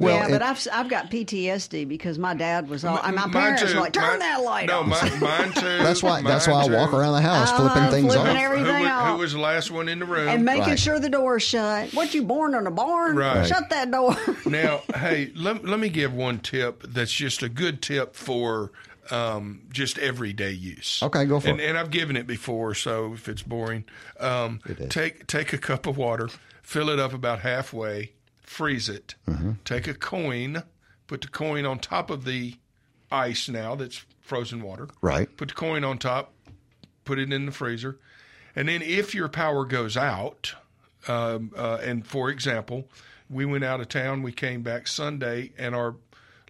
Speaker 1: Well,
Speaker 3: yeah,
Speaker 1: it-
Speaker 3: but I've, I've got PTSD because my dad was all, and my
Speaker 2: Mine
Speaker 3: parents
Speaker 2: too.
Speaker 3: were like, turn
Speaker 2: Mine-
Speaker 3: that light
Speaker 2: no,
Speaker 3: on.
Speaker 2: Oh, Mine, mine too.
Speaker 1: That's why. That's why I
Speaker 2: Mine
Speaker 1: walk
Speaker 2: too.
Speaker 1: around the house flipping things
Speaker 3: Uh-huh. flipping
Speaker 1: off.
Speaker 3: every-
Speaker 2: who,
Speaker 3: Everything
Speaker 2: was-
Speaker 3: off.
Speaker 2: who was the last one in the room?
Speaker 3: and making
Speaker 1: Right.
Speaker 3: sure the door's shut. What you born on a barn?
Speaker 2: Right.
Speaker 3: Shut that door.
Speaker 2: now, hey, let, let me give one tip that's just a good tip for um, just everyday use.
Speaker 1: Okay, go for
Speaker 2: and,
Speaker 1: it.
Speaker 2: And I've given it before, so if it's boring, um, take take a cup of water, fill it up about
Speaker 1: Mm-hmm.
Speaker 2: halfway, freeze it. Take a coin, put the coin on top of the ice now that's frozen water.
Speaker 1: Right.
Speaker 2: Put the coin on top, put it in the freezer. And then if your power goes out, um, uh, and for example, we went out of town, we came back Sunday, and our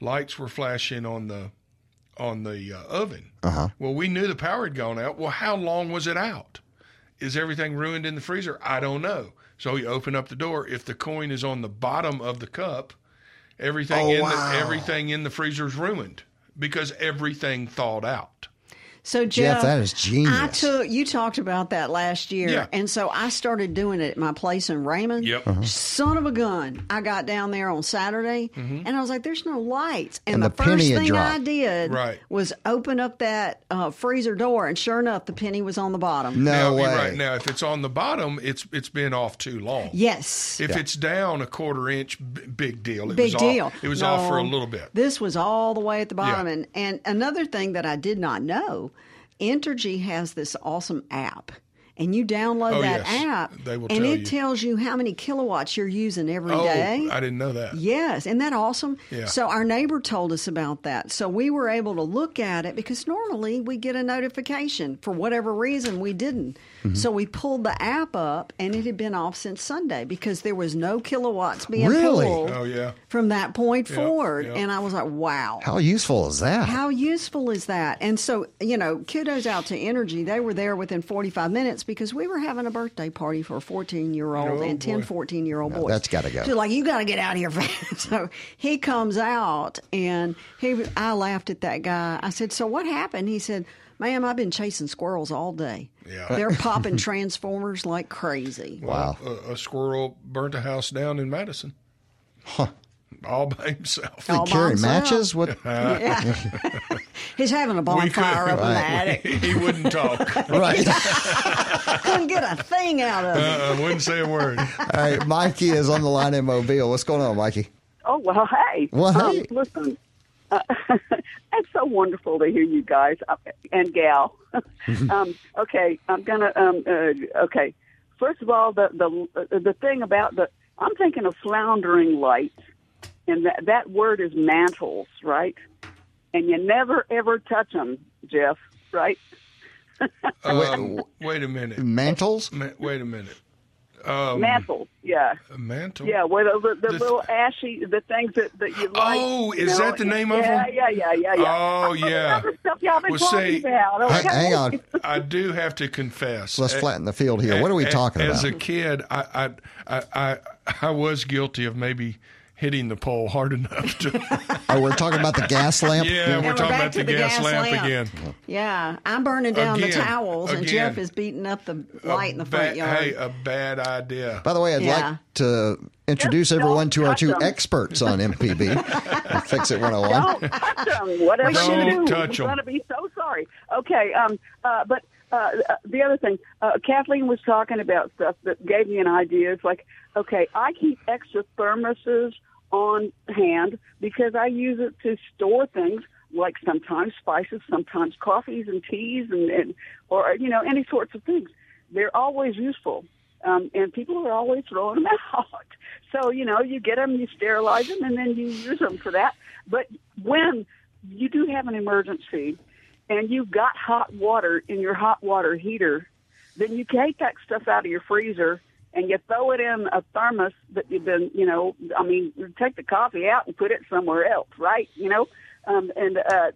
Speaker 2: lights were flashing on the on the uh, oven.
Speaker 1: Uh-huh.
Speaker 2: Well, we knew the power had gone out. Well, how long was it out? Is everything ruined in the freezer? I don't know. So you open up the door. If the coin is on the bottom of the cup, everything
Speaker 1: Oh,
Speaker 2: in
Speaker 1: wow.
Speaker 2: the, everything in the freezer is ruined because everything thawed out.
Speaker 3: So Jeff,
Speaker 1: Jeff, that is genius.
Speaker 3: I took you talked about that last year,
Speaker 2: Yeah.
Speaker 3: and so I started doing it at my place in Raymond.
Speaker 2: Yep. Uh-huh.
Speaker 3: Son of a gun! I got down there on Saturday,
Speaker 2: Mm-hmm.
Speaker 3: and I was like, "There's no lights." And,
Speaker 1: And
Speaker 3: the,
Speaker 1: the penny
Speaker 3: first
Speaker 1: had
Speaker 3: thing I
Speaker 1: dropped.
Speaker 3: did
Speaker 2: Right.
Speaker 3: was open up that uh, freezer door, and sure enough, the penny was on the bottom.
Speaker 1: no
Speaker 2: now,
Speaker 1: way.
Speaker 2: Right now, if it's on the bottom, it's it's been off too long.
Speaker 3: Yes,
Speaker 2: If it's down a quarter inch, b- big deal. It
Speaker 3: big
Speaker 2: was
Speaker 3: deal.
Speaker 2: Off, it was off for a
Speaker 3: No,
Speaker 2: little bit.
Speaker 3: This was all the way at the bottom,
Speaker 2: Yeah.
Speaker 3: and and another thing that I did not know, Entergy has this awesome app. And you download
Speaker 2: Oh,
Speaker 3: that
Speaker 2: yes.
Speaker 3: app,
Speaker 2: They will
Speaker 3: and
Speaker 2: tell
Speaker 3: it
Speaker 2: you.
Speaker 3: tells you how many kilowatts you're using every day.
Speaker 2: oh, I didn't know that.
Speaker 3: Yes, isn't that awesome?
Speaker 2: Yeah.
Speaker 3: So our neighbor told us about that. So we were able to look at it because normally we get a notification. For whatever reason, we didn't.
Speaker 2: Mm-hmm.
Speaker 3: So we pulled the app up, and it had been off since Sunday because there was no kilowatts being
Speaker 1: Really?
Speaker 3: pulled
Speaker 2: Oh yeah.
Speaker 3: from that point
Speaker 2: Yep,
Speaker 3: forward.
Speaker 2: yep.
Speaker 3: And I was like, wow.
Speaker 1: How useful is that?
Speaker 3: How useful is that? And so, you know, kudos out to Energy. They were there within 45 minutes because we were having a birthday party for a 14 year old
Speaker 2: Oh,
Speaker 3: and 10,
Speaker 2: boy.
Speaker 3: 14 year old boys.
Speaker 1: that's gotta go.
Speaker 3: So, like, you got to get out of here fast. so he comes out and he, I laughed at that guy. I said, So what happened? He said, Ma'am, I've been chasing squirrels all day.
Speaker 2: Yeah.
Speaker 3: They're popping transformers like crazy.
Speaker 1: wow.
Speaker 2: A, a squirrel burnt a house down in Madison. Huh. All by himself.
Speaker 3: All by
Speaker 1: Carry
Speaker 3: himself.
Speaker 1: matches? What?
Speaker 2: Uh,
Speaker 3: He's having a bonfire up in the attic.
Speaker 2: he wouldn't talk. uh,
Speaker 1: right.
Speaker 3: Couldn't get a thing out of it.
Speaker 2: uh, wouldn't say a word.
Speaker 1: All right. Mikey is on the line in Mobile. What's going on, Mikey?
Speaker 8: Oh well, hey.
Speaker 1: Well,
Speaker 8: Um,
Speaker 1: hey.
Speaker 8: listen, uh, it's so wonderful to hear you guys uh, and gal. um, okay, I'm gonna. Um, uh, okay, first of all, the the uh, the thing about the I'm thinking of floundering light, and that that word is mantles, right? And you never ever touch them, Jeff. Right?
Speaker 2: Um, wait a minute.
Speaker 1: Mantles?
Speaker 2: Ma- wait a minute. Um,
Speaker 8: mantles. Yeah.
Speaker 2: a mantle.
Speaker 8: Yeah, well, the, the,
Speaker 2: The-
Speaker 8: little ashy, the things that, that you like.
Speaker 2: Oh,
Speaker 8: you
Speaker 2: is
Speaker 8: know,
Speaker 2: that the name of
Speaker 8: yeah,
Speaker 2: them?
Speaker 8: Yeah, yeah, yeah, yeah.
Speaker 2: Oh, yeah.
Speaker 8: Other stuff y'all been
Speaker 2: Well,
Speaker 8: talking
Speaker 2: see,
Speaker 8: about. Okay?
Speaker 1: Hang on.
Speaker 2: I do have to confess.
Speaker 1: Let's
Speaker 2: A-
Speaker 1: flatten the field here. What are we
Speaker 2: a-
Speaker 1: talking
Speaker 2: as
Speaker 1: about?
Speaker 2: a kid, I I, I I I was guilty of maybe hitting the pole hard enough to.
Speaker 1: oh, we're talking about the gas lamp?
Speaker 2: yeah, we're
Speaker 3: we're
Speaker 2: talking
Speaker 3: back
Speaker 2: about
Speaker 3: to
Speaker 2: the,
Speaker 3: the
Speaker 2: gas,
Speaker 3: gas
Speaker 2: lamp,
Speaker 3: lamp.
Speaker 2: again.
Speaker 3: Yeah, I'm burning down the
Speaker 2: Again,
Speaker 3: towels, and
Speaker 2: again. Uh,
Speaker 3: Jeff is beating up the
Speaker 2: A
Speaker 3: light in the
Speaker 2: ba-
Speaker 3: front yard.
Speaker 2: Hey, a bad idea.
Speaker 1: By the way, I'd
Speaker 3: Yeah.
Speaker 1: like to introduce
Speaker 8: Just
Speaker 1: everyone
Speaker 8: don't
Speaker 1: to our
Speaker 8: touch
Speaker 1: two
Speaker 8: 'em.
Speaker 1: experts on MPB and Fix It 101.
Speaker 8: Don't touch them. Whatever
Speaker 2: Don't
Speaker 8: you do,
Speaker 2: touch
Speaker 8: you're
Speaker 2: 'em.
Speaker 8: going to be so sorry. Okay, um, uh, but uh, the other thing, uh, Kathleen was talking about stuff that gave me an idea. It's like, okay, I keep extra thermoses on hand because I use it to store things like sometimes spices, sometimes coffees and teas, and, and or you know any sorts of things. They're always useful. Um, and people are always throwing them out. So, you know, you get them, you sterilize them, and then you use them for that. But when you do have an emergency and you've got hot water in your hot water heater, then you take that stuff out of your freezer and you throw it in a thermos that you've been, you know, I mean, you take the coffee out and put it somewhere else, right? You know, um, and, uh,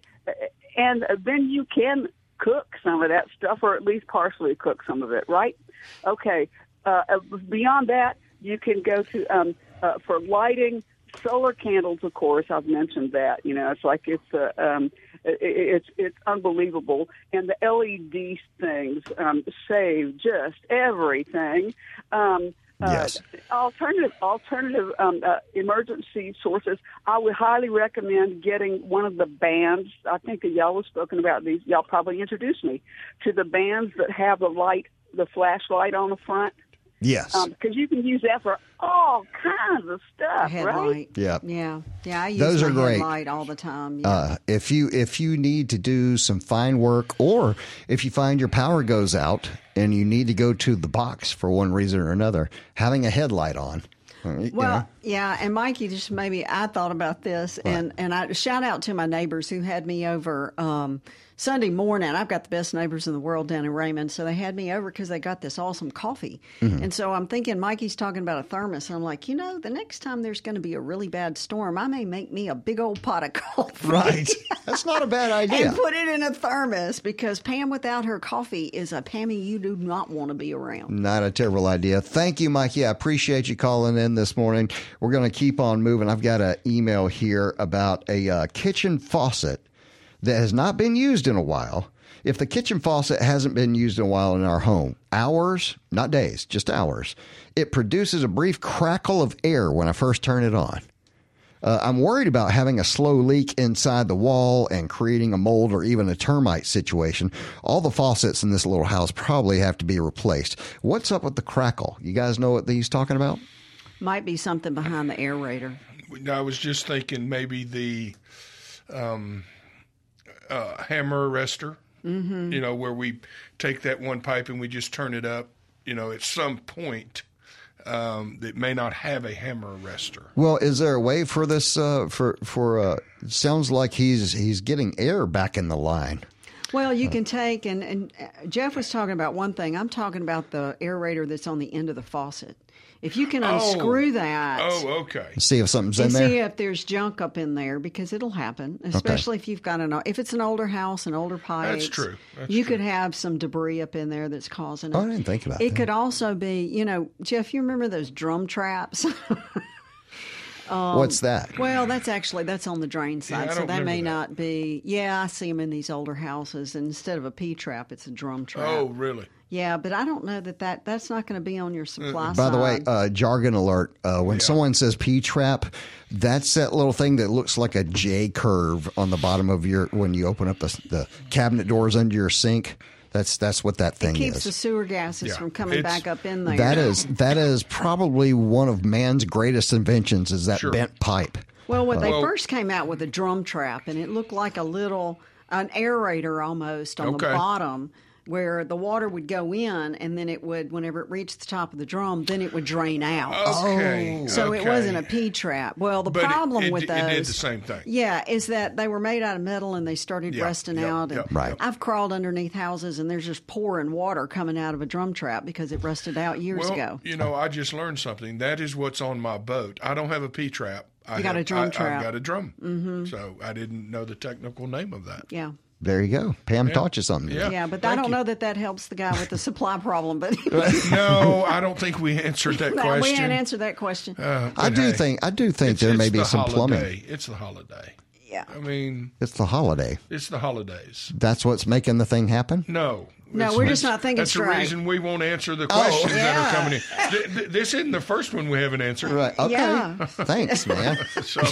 Speaker 8: and then you can cook some of that stuff or at least partially cook some of it, right? Okay. Uh, uh, beyond that, you can go to um, uh, for lighting solar candles. Of course, I've mentioned that. You know, it's like it's uh, um, i i- it's it's unbelievable. And the LED things um, save just everything. Um, uh,
Speaker 1: Yes.
Speaker 8: Alternative alternative um, uh, emergency sources. I would highly recommend getting one of the bands. I think that y'all was spoken about these. Y'all probably introduced me to the bands that have the light, the flashlight on the front
Speaker 1: Yes.
Speaker 8: um, because you can use that for all kinds of stuff, right?
Speaker 3: headlight.
Speaker 1: Yep.
Speaker 3: Yeah. Yeah. I use
Speaker 1: Those
Speaker 3: my
Speaker 1: are great.
Speaker 3: headlight all the time. Yeah.
Speaker 1: Uh, if you if you need to do some fine work, or if you find your power goes out and you need to go to the box for one reason or another, having a headlight on Uh, You know.
Speaker 3: Well, yeah, and Mikey, just maybe I thought about this, and and I shout out to my neighbors who had me over um, Sunday morning. I've got the best neighbors in the world down in Raymond, so they had me over because they got this awesome coffee.
Speaker 1: Mm-hmm.
Speaker 3: And so I'm thinking Mikey's talking about a thermos, and I'm like, you know, the next time there's going to be a really bad storm, I may make me a big old pot of coffee.
Speaker 1: Right. That's not a bad idea.
Speaker 3: And put it in a thermos because Pam without her coffee is a Pammy you do not want to be around.
Speaker 1: Not a terrible idea. Thank you, Mikey. I appreciate you calling in this morning. We're going to keep on moving. I've got an email here about a uh, kitchen faucet that has not been used in a while. If the kitchen faucet hasn't been used in a while in our home, hours, not days, just hours, it produces a brief crackle of air when I first turn it on. Uh, I'm worried about having a slow leak inside the wall and creating a mold or even a termite situation. All the faucets in this little house probably have to be replaced. What's up with the crackle? You guys know what he's talking about?
Speaker 3: Might be something behind the aerator.
Speaker 2: I was just thinking maybe the um, uh, hammer arrestor, mm-hmm. you know, where we take that one pipe and we just turn it up, you know, at some point um, that may not have a hammer arrestor.
Speaker 1: Well, is there a way for this? Uh, for for uh, sounds like he's he's getting air back in the line.
Speaker 3: Well, you can take and, and uh, Jeff was talking about one thing. I'm talking about the aerator that's on the end of the faucet. If you can unscrew that
Speaker 2: Oh, okay.
Speaker 1: See if something's in
Speaker 3: and see
Speaker 1: there.
Speaker 3: if there's junk up in there because it'll happen, especially if you've got an o- if it's an older house and older pipes.
Speaker 2: true. That's
Speaker 3: you could have some debris up in there that's causing it.
Speaker 1: Oh, I didn't think about
Speaker 3: it
Speaker 1: that.
Speaker 3: could also be, you know, Jeff. You remember those drum traps? Um,
Speaker 1: What's that?
Speaker 3: Well, that's actually that's on the drain side,
Speaker 2: I
Speaker 3: so
Speaker 2: don't
Speaker 3: they may
Speaker 2: remember that.
Speaker 3: not be. Yeah, I see them in these older houses, and instead of a P trap, it's a drum trap.
Speaker 2: Oh, really?
Speaker 3: yeah, but I don't know that, that that's not going to be on your supply side.
Speaker 1: By the way, uh, jargon alert. Uh, when someone says P trap, that's that little thing that looks like a J curve on the bottom of your when you open up the, the cabinet doors under your sink. That's that's what that thing
Speaker 3: it keeps
Speaker 1: is.
Speaker 3: the sewer gases
Speaker 2: Yeah.
Speaker 3: from coming
Speaker 2: It's-
Speaker 3: back up in there.
Speaker 1: That is that is probably one of man's greatest inventions is that bent pipe.
Speaker 3: Well, when they
Speaker 2: Well-
Speaker 3: first came out with a drum trap, and it looked like a little an aerator almost on
Speaker 2: Okay.
Speaker 3: the bottom. Where the water would go in, and then it would, whenever it reached the top of the drum, then it would drain out.
Speaker 2: Okay.
Speaker 3: So it
Speaker 2: okay.
Speaker 3: wasn't a P trap. Well, the
Speaker 2: But it-
Speaker 3: problem
Speaker 2: it,
Speaker 3: with
Speaker 2: it,
Speaker 3: those,
Speaker 2: did the same thing.
Speaker 3: yeah, is that they were made out of metal and they started
Speaker 2: Yeah,
Speaker 3: rusting
Speaker 2: yeah,
Speaker 3: out. And
Speaker 2: yeah,
Speaker 1: Right.
Speaker 3: I've crawled underneath houses and there's just pouring water coming out of a drum trap because it rusted out years
Speaker 2: Well,
Speaker 3: ago.
Speaker 2: you know, I just learned something. That is what's on my boat. I don't have a P trap. I
Speaker 3: You got
Speaker 2: have-
Speaker 3: a drum
Speaker 2: I,
Speaker 3: trap.
Speaker 2: I've got a drum. Mm-hmm. So I didn't know the technical name of that.
Speaker 3: Yeah.
Speaker 1: There you go. Pam taught you something.
Speaker 2: Yeah.
Speaker 3: Yeah, but I
Speaker 2: Thank
Speaker 3: don't
Speaker 2: you.
Speaker 3: know that that helps the guy with the supply problem. But
Speaker 2: no, I don't think we answered that
Speaker 3: No, we
Speaker 2: question.
Speaker 3: didn't answer that question.
Speaker 1: I do think I do
Speaker 2: Uh,
Speaker 1: think
Speaker 2: It's-
Speaker 1: there may
Speaker 2: it's
Speaker 1: be
Speaker 2: the
Speaker 1: some plumbing.
Speaker 2: holiday. It's the holiday.
Speaker 3: yeah.
Speaker 2: I mean,
Speaker 1: It's the holiday.
Speaker 2: it's the holidays.
Speaker 1: That's what's making the thing happen.
Speaker 2: No.
Speaker 3: No,
Speaker 2: It's-
Speaker 3: we're just
Speaker 2: that's-
Speaker 3: not thinking
Speaker 2: That's
Speaker 3: straight.
Speaker 2: the reason we won't answer
Speaker 1: Oh,
Speaker 2: the questions that are coming in. Th- th- this isn't the first one we haven't answered.
Speaker 1: Right. Okay.
Speaker 3: Yeah.
Speaker 1: Thanks, man.
Speaker 2: So,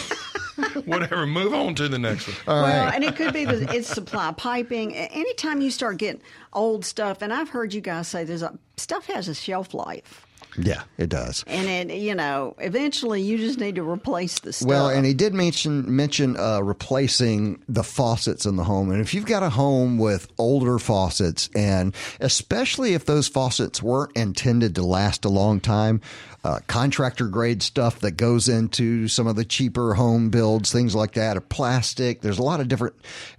Speaker 2: whatever. Move on to the next one.
Speaker 1: All
Speaker 3: well,
Speaker 1: right.
Speaker 3: and it could be the it's supply piping. A- Anytime you start getting old stuff, and I've heard you guys say there's a stuff has a shelf life,
Speaker 1: Yeah, it does.
Speaker 3: and it you know eventually you just need to replace the stuff.
Speaker 1: Well, and he did mention mention uh, replacing the faucets in the home, and if you've got a home with older faucets, and especially if those faucets weren't intended to last a long time, uh, contractor grade stuff that goes into some of the cheaper home builds, things like that, or plastic. There's a lot of different,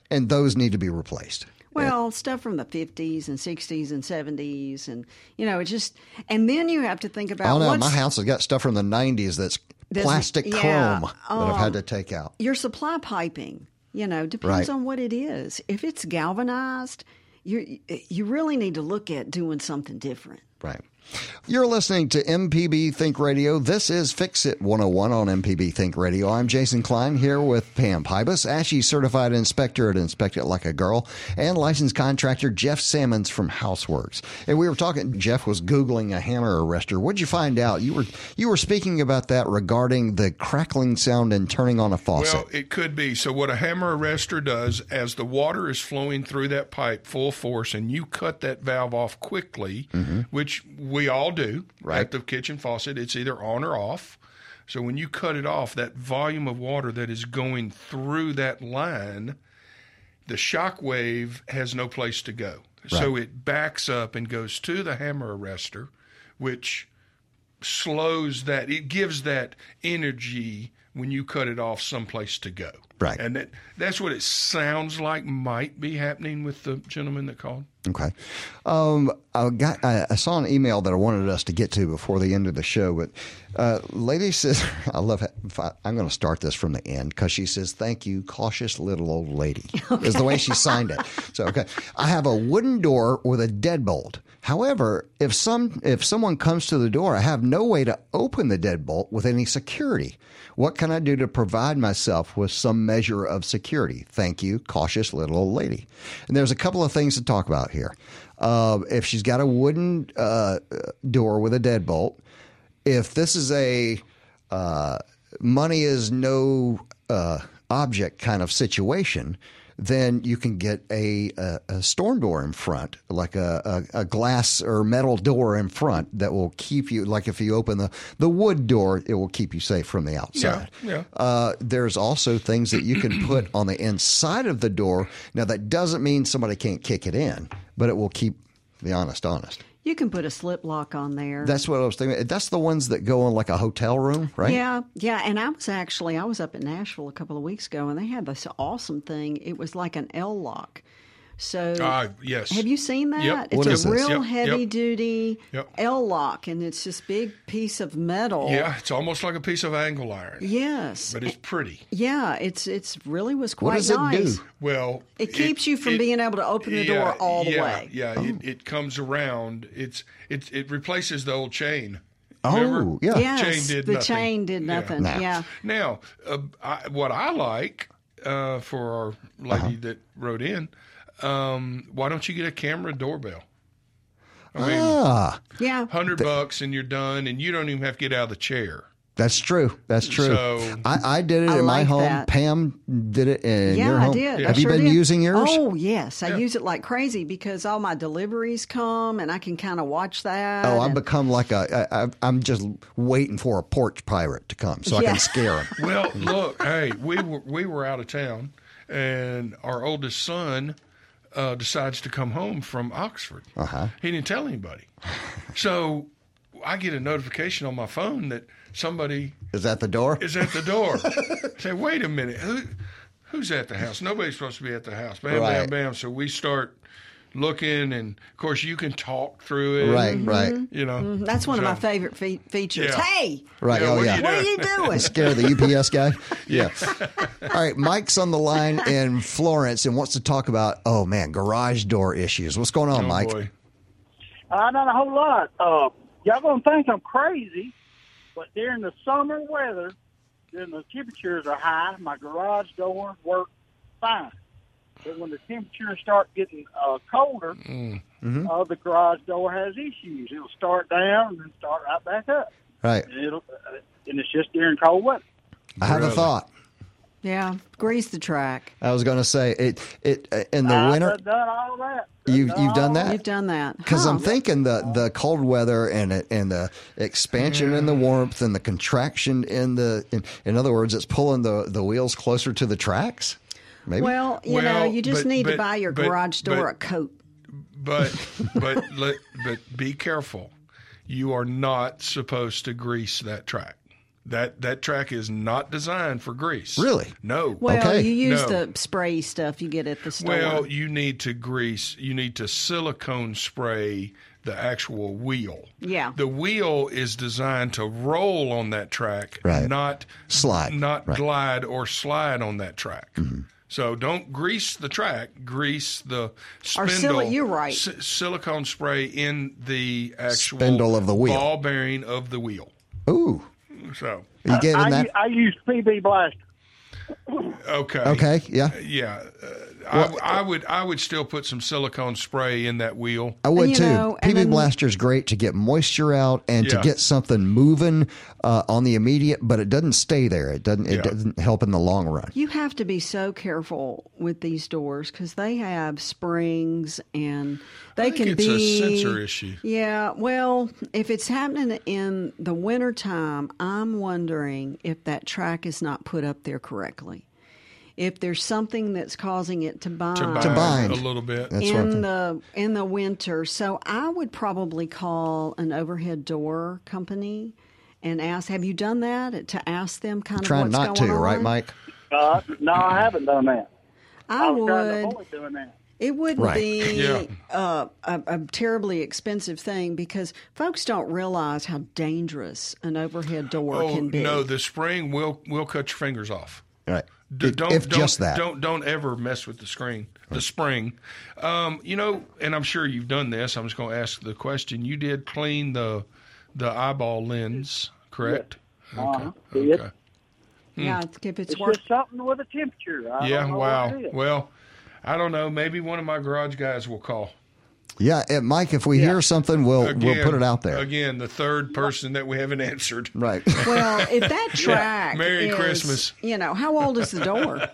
Speaker 1: and those need to be replaced.
Speaker 3: Well, stuff from the 50s and 60s and 70s, and you know, it just, and then you have to think
Speaker 1: I
Speaker 3: about
Speaker 1: don't know.
Speaker 3: what's
Speaker 1: Oh, My house has got stuff from the '90s that's
Speaker 3: There's-
Speaker 1: plastic
Speaker 3: yeah, Oh.
Speaker 1: chrome that I've had to take out.
Speaker 3: your supply piping. You know, depends
Speaker 1: Right.
Speaker 3: on what it is. If it's galvanized, you you really need to look at doing something different.
Speaker 1: Right. You're listening to MPB Think Radio. This is Fix It 101 on MPB Think Radio. I'm Jason Klein here with Pam Pybus, ASHI certified inspector at Inspect It Like a Girl, and licensed contractor Jeff Sammons from Houseworks. And we were talking, Jeff was Googling a hammer arrestor. What'd you find out? You were you were speaking about that regarding the crackling sound and turning on a faucet.
Speaker 2: Well, it could be. So, what a hammer arrestor does, as the water is flowing through that pipe full force, and you cut that valve off quickly,
Speaker 1: Mm-hmm.
Speaker 2: which we all do
Speaker 1: Right.
Speaker 2: at the kitchen faucet, it's either on or off. So, when you cut it off, that volume of water that is going through that line, the shock wave has no place to go. So, it backs up and goes to the hammer arrestor, which slows that it gives that energy when you cut it off someplace to go
Speaker 1: Right.
Speaker 2: and that that's what it sounds like might be happening with the gentleman that called
Speaker 1: Okay. Um, I got. I, I saw an email that I wanted us to get to before the end of the show, but uh, lady says, "I love. How, if I, I'm going to start this from the end because she says, "Thank you, cautious little old lady," is the way she signed it. So okay, I have a wooden door with a deadbolt. However, if some if someone comes to the door, I have no way to open the deadbolt with any security. What can I do to provide myself with some measure of security? Thank you, cautious little old lady. And there's a couple of things to talk about here. Uh, if she's got a wooden uh, door with a deadbolt, if this is a uh, money is no uh, object kind of situation, then you can get a, a, a storm door in front, like a, a, a glass or metal door in front that will keep you, like if you open the, the wood door, it will keep you safe from the outside.
Speaker 2: yeah.
Speaker 1: Uh, there's also things that you can put on the inside of the door. Now, that doesn't mean somebody can't kick it in, but it will keep the honest honest.
Speaker 3: You can put a slip lock on there.
Speaker 1: That's what I was thinking. That's the ones that go on like a hotel room, right?
Speaker 3: Yeah, yeah. And I was actually I was up in Nashville a couple of weeks ago, and they had this awesome thing. It was like an L lock. So
Speaker 2: Ah, yes
Speaker 3: have you seen that?
Speaker 2: Yep.
Speaker 3: It's
Speaker 1: What
Speaker 3: a
Speaker 1: is this?
Speaker 3: real
Speaker 2: Yep, yep.
Speaker 3: heavy duty
Speaker 2: Yep.
Speaker 3: L lock, and it's this big piece of metal.
Speaker 2: yeah it's almost like a piece of angle iron
Speaker 3: Yes.
Speaker 2: but it's pretty
Speaker 3: yeah. It's it's really was quite
Speaker 1: What does it
Speaker 3: nice.
Speaker 1: do?
Speaker 2: well
Speaker 3: It keeps you from being able to open the door all the
Speaker 2: yeah,
Speaker 3: way.
Speaker 2: yeah it, it comes around it's it, it replaces the old chain
Speaker 1: Oh,
Speaker 2: Remember?
Speaker 1: yeah.
Speaker 3: Yes,
Speaker 2: Chain did
Speaker 3: the
Speaker 2: nothing.
Speaker 3: chain did nothing.
Speaker 1: Nah.
Speaker 3: Yeah.
Speaker 2: Now, uh, I, what I like uh, for our lady
Speaker 1: Uh-huh.
Speaker 2: that wrote in, um, why don't you get a camera doorbell? I mean,
Speaker 1: Ah,
Speaker 3: Yeah.
Speaker 2: hundred bucks and you're done, and you don't even have to get out of the chair.
Speaker 1: that's true. That's true.
Speaker 2: So-
Speaker 1: I, I did it
Speaker 3: I
Speaker 1: in my
Speaker 3: like
Speaker 1: home.
Speaker 3: that.
Speaker 1: Pam did it in
Speaker 3: Yeah,
Speaker 1: your home.
Speaker 3: I did. I
Speaker 1: Have you
Speaker 3: sure
Speaker 1: been
Speaker 3: did.
Speaker 1: using yours?
Speaker 3: Oh yes, I use it like crazy because all my deliveries come and I can kind of watch that.
Speaker 1: Oh, I've
Speaker 3: and-
Speaker 1: become like a. I, I, I'm just waiting for a porch pirate to come so I
Speaker 3: Yeah.
Speaker 1: can scare him.
Speaker 2: Well, look, hey, we were we were out of town, and our oldest son uh, decides to come home from Oxford.
Speaker 1: Uh-huh.
Speaker 2: He didn't tell anybody, so I get a notification on my phone that somebody
Speaker 1: Is that the door?
Speaker 2: is at the door. Say, wait a minute, who who's at the house? Nobody's supposed to be at the house. Bam, bam,
Speaker 1: Right.
Speaker 2: bam. So we start looking, and of course you can talk through it.
Speaker 1: Right, right,
Speaker 2: You know,
Speaker 3: Mm-hmm. That's one of my
Speaker 2: So-
Speaker 3: favorite fe- features.
Speaker 2: Yeah.
Speaker 3: Hey,
Speaker 1: right.
Speaker 2: Yeah,
Speaker 1: oh
Speaker 2: what do
Speaker 1: yeah.
Speaker 2: you
Speaker 3: what are you doing?
Speaker 1: Scare the UPS guy. Yeah. All right. Mike's on the line in Florence and wants to talk about. Oh man, garage door issues. What's going on,
Speaker 2: Oh,
Speaker 1: Mike?
Speaker 2: boy.
Speaker 5: Uh, not a whole lot. Uh, y'all gonna think I'm crazy, but during the summer weather, then the temperatures are high. My garage door work fine, but when the temperatures start getting uh, colder,
Speaker 7: Mm.
Speaker 1: Mm-hmm.
Speaker 5: uh, the garage door has issues. It'll start down and then start right back up,
Speaker 1: Right.
Speaker 5: and it'll uh, and it's just during cold weather.
Speaker 1: I have a
Speaker 2: Brother.
Speaker 1: thought.
Speaker 3: yeah, grease the track.
Speaker 1: I was going to say it. It uh, in the
Speaker 2: Ah,
Speaker 5: I've
Speaker 1: winter.
Speaker 5: done all that.
Speaker 1: You've you've done that.
Speaker 3: You've done that
Speaker 1: Because I'm
Speaker 3: Huh.
Speaker 1: thinking the, the cold weather and it, and the expansion and
Speaker 2: Mm.
Speaker 1: the warmth and the contraction in the in, in other words, it's pulling the, the wheels closer to the tracks. Maybe
Speaker 3: Well, you
Speaker 2: Well,
Speaker 3: know, you just
Speaker 2: but-
Speaker 3: need
Speaker 2: but-
Speaker 3: to buy your
Speaker 2: but-
Speaker 3: garage door
Speaker 2: but-
Speaker 3: a coat.
Speaker 2: but but let, but be careful. You are not supposed to grease that track. That that track is not designed for grease.
Speaker 1: Really?
Speaker 2: No.
Speaker 3: Well,
Speaker 1: Okay.
Speaker 3: you use
Speaker 2: No.
Speaker 3: the spray stuff you get at the store.
Speaker 2: Well, you need to grease. You need to silicone spray the actual wheel.
Speaker 3: Yeah.
Speaker 2: The wheel is designed to roll on that track,
Speaker 1: Right.
Speaker 2: not
Speaker 1: slide.
Speaker 2: not
Speaker 1: right. Mm-hmm.
Speaker 2: glide or slide on that track. So don't grease the track. Grease the
Speaker 3: Or
Speaker 2: spindle.
Speaker 3: sil- you're right.
Speaker 2: si- silicone spray in the actual
Speaker 1: Spindle of the wheel.
Speaker 2: ball bearing of the wheel.
Speaker 1: Ooh,
Speaker 2: So
Speaker 1: you gave him
Speaker 5: I,
Speaker 1: that.
Speaker 5: u- I use PB blaster.
Speaker 2: okay,
Speaker 1: okay, yeah,
Speaker 2: yeah. Uh, I, I would I would still put some silicone spray in that wheel.
Speaker 1: I would
Speaker 3: you
Speaker 1: too.
Speaker 3: know, and
Speaker 1: PB
Speaker 3: then-
Speaker 1: Blaster's great to get moisture out and to
Speaker 2: Yeah.
Speaker 1: get something moving uh, on the immediate, but it doesn't stay there. It doesn't. It
Speaker 2: Yeah.
Speaker 1: doesn't help in the long run.
Speaker 3: You have to be so careful with these doors because they have springs and they
Speaker 2: think
Speaker 3: can
Speaker 2: it's a
Speaker 3: be
Speaker 2: sensor issue.
Speaker 3: Yeah, well, if it's happening in the wintertime, I'm wondering if that track is not put up there correctly. if there's something that's causing it to bind,
Speaker 2: to bind,
Speaker 1: bind.
Speaker 2: a little bit.
Speaker 1: That's one
Speaker 3: in
Speaker 1: thing.
Speaker 3: the in the winter. So I would probably call an overhead door company and ask, "Have you done that?" To ask them kind of
Speaker 1: Trying
Speaker 3: what's
Speaker 1: not to,
Speaker 3: going on.
Speaker 1: right, Mike?
Speaker 5: Uh, no, I haven't done that.
Speaker 3: I
Speaker 5: was trying to
Speaker 3: would.
Speaker 5: avoid doing that.
Speaker 3: It would
Speaker 1: Right.
Speaker 3: be
Speaker 2: Yeah.
Speaker 3: uh, a, a terribly expensive thing because folks don't realize how dangerous an overhead door
Speaker 2: Oh
Speaker 3: can be.
Speaker 2: no, the spring will will cut your fingers off.
Speaker 1: All right.
Speaker 2: D-
Speaker 1: if
Speaker 2: don't,
Speaker 1: if
Speaker 2: don't,
Speaker 1: just that.
Speaker 2: Don't don't ever mess with the screen. The spring, um, you know, and I'm sure you've done this. I'm just going to ask the question. You did clean the the eyeball lens, correct?
Speaker 5: Uh-huh.
Speaker 2: Okay.
Speaker 5: Did.
Speaker 2: okay. Hmm.
Speaker 3: yeah, if it's,
Speaker 5: It's
Speaker 3: worth
Speaker 5: just something with a temperature. I
Speaker 2: Yeah.
Speaker 5: don't know
Speaker 2: Wow.
Speaker 5: What it is.
Speaker 2: Well, I don't know. Maybe one of my garage guys will call.
Speaker 1: Yeah, and Mike, if we hear something, we'll we'll put it out there.
Speaker 2: Again, the third person that we haven't answered.
Speaker 1: Right.
Speaker 3: well, if that track
Speaker 2: Merry
Speaker 3: is,
Speaker 2: Christmas.
Speaker 3: You know, how old is the door?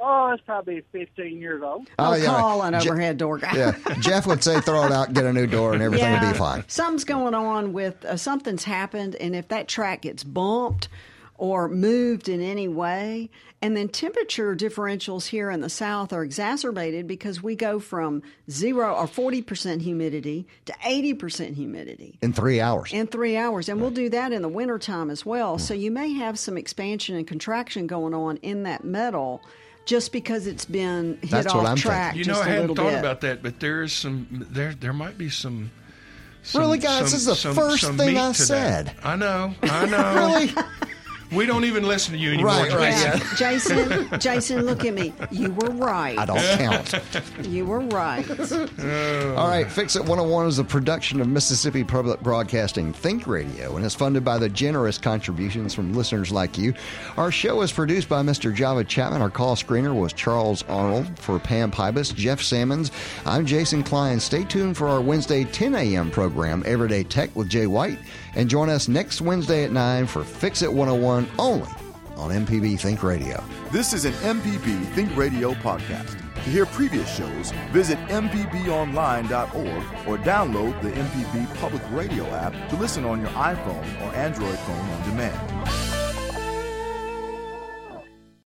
Speaker 5: Oh, it's probably 15 years old.
Speaker 1: Oh,
Speaker 3: I'll
Speaker 1: yeah.
Speaker 3: call an
Speaker 1: Je-
Speaker 3: overhead door guy.
Speaker 1: yeah. Jeff would say throw it out, get a new door, and everything will be fine.
Speaker 3: Something's going on with uh, something's happened, and if that track gets bumped or moved in any way, and then temperature differentials here in the South are exacerbated because we go from zero or 40% humidity to 80% humidity.
Speaker 1: In three hours.
Speaker 3: In three hours. And we'll do that in the wintertime as well. So
Speaker 1: Mm.
Speaker 3: you may have some expansion and contraction going on in that metal just because it's been hit
Speaker 1: That's
Speaker 3: off
Speaker 1: what I'm thinking.
Speaker 3: track
Speaker 2: You
Speaker 3: just
Speaker 2: know, I
Speaker 3: a
Speaker 2: hadn't
Speaker 3: little
Speaker 2: thought
Speaker 3: bit.
Speaker 2: about that, but there is some there. There might be some. some-
Speaker 1: Really, guys,
Speaker 2: some-
Speaker 1: this is the
Speaker 2: some-
Speaker 1: first
Speaker 2: some
Speaker 1: thing
Speaker 2: meat
Speaker 1: I
Speaker 2: to that.
Speaker 1: said.
Speaker 2: I know. I know.
Speaker 1: Really?
Speaker 2: We don't even listen to you anymore.
Speaker 1: Right, right,
Speaker 2: Jason.
Speaker 3: Yeah. Jason, Jason, look at me. You were right.
Speaker 1: I don't count.
Speaker 3: You were right.
Speaker 1: All right, Fix It 101 is a production of Mississippi Public Broadcasting Think Radio and is funded by the generous contributions from listeners like you. Our show is produced by Mr. Java Chapman. Our call screener was Charles Arnold for Pam Pybus, Jeff Sammons. I'm Jason Klein. Stay tuned for our Wednesday 10 a.m. program, Everyday Tech with Jay White, and join us next Wednesday at 9 for Fix It 101 only on MPB Think Radio.
Speaker 9: This is an MPB Think Radio podcast. To hear previous shows, visit MPBOnline.org or download the MPB Public Radio app to listen on your iPhone or Android phone on demand.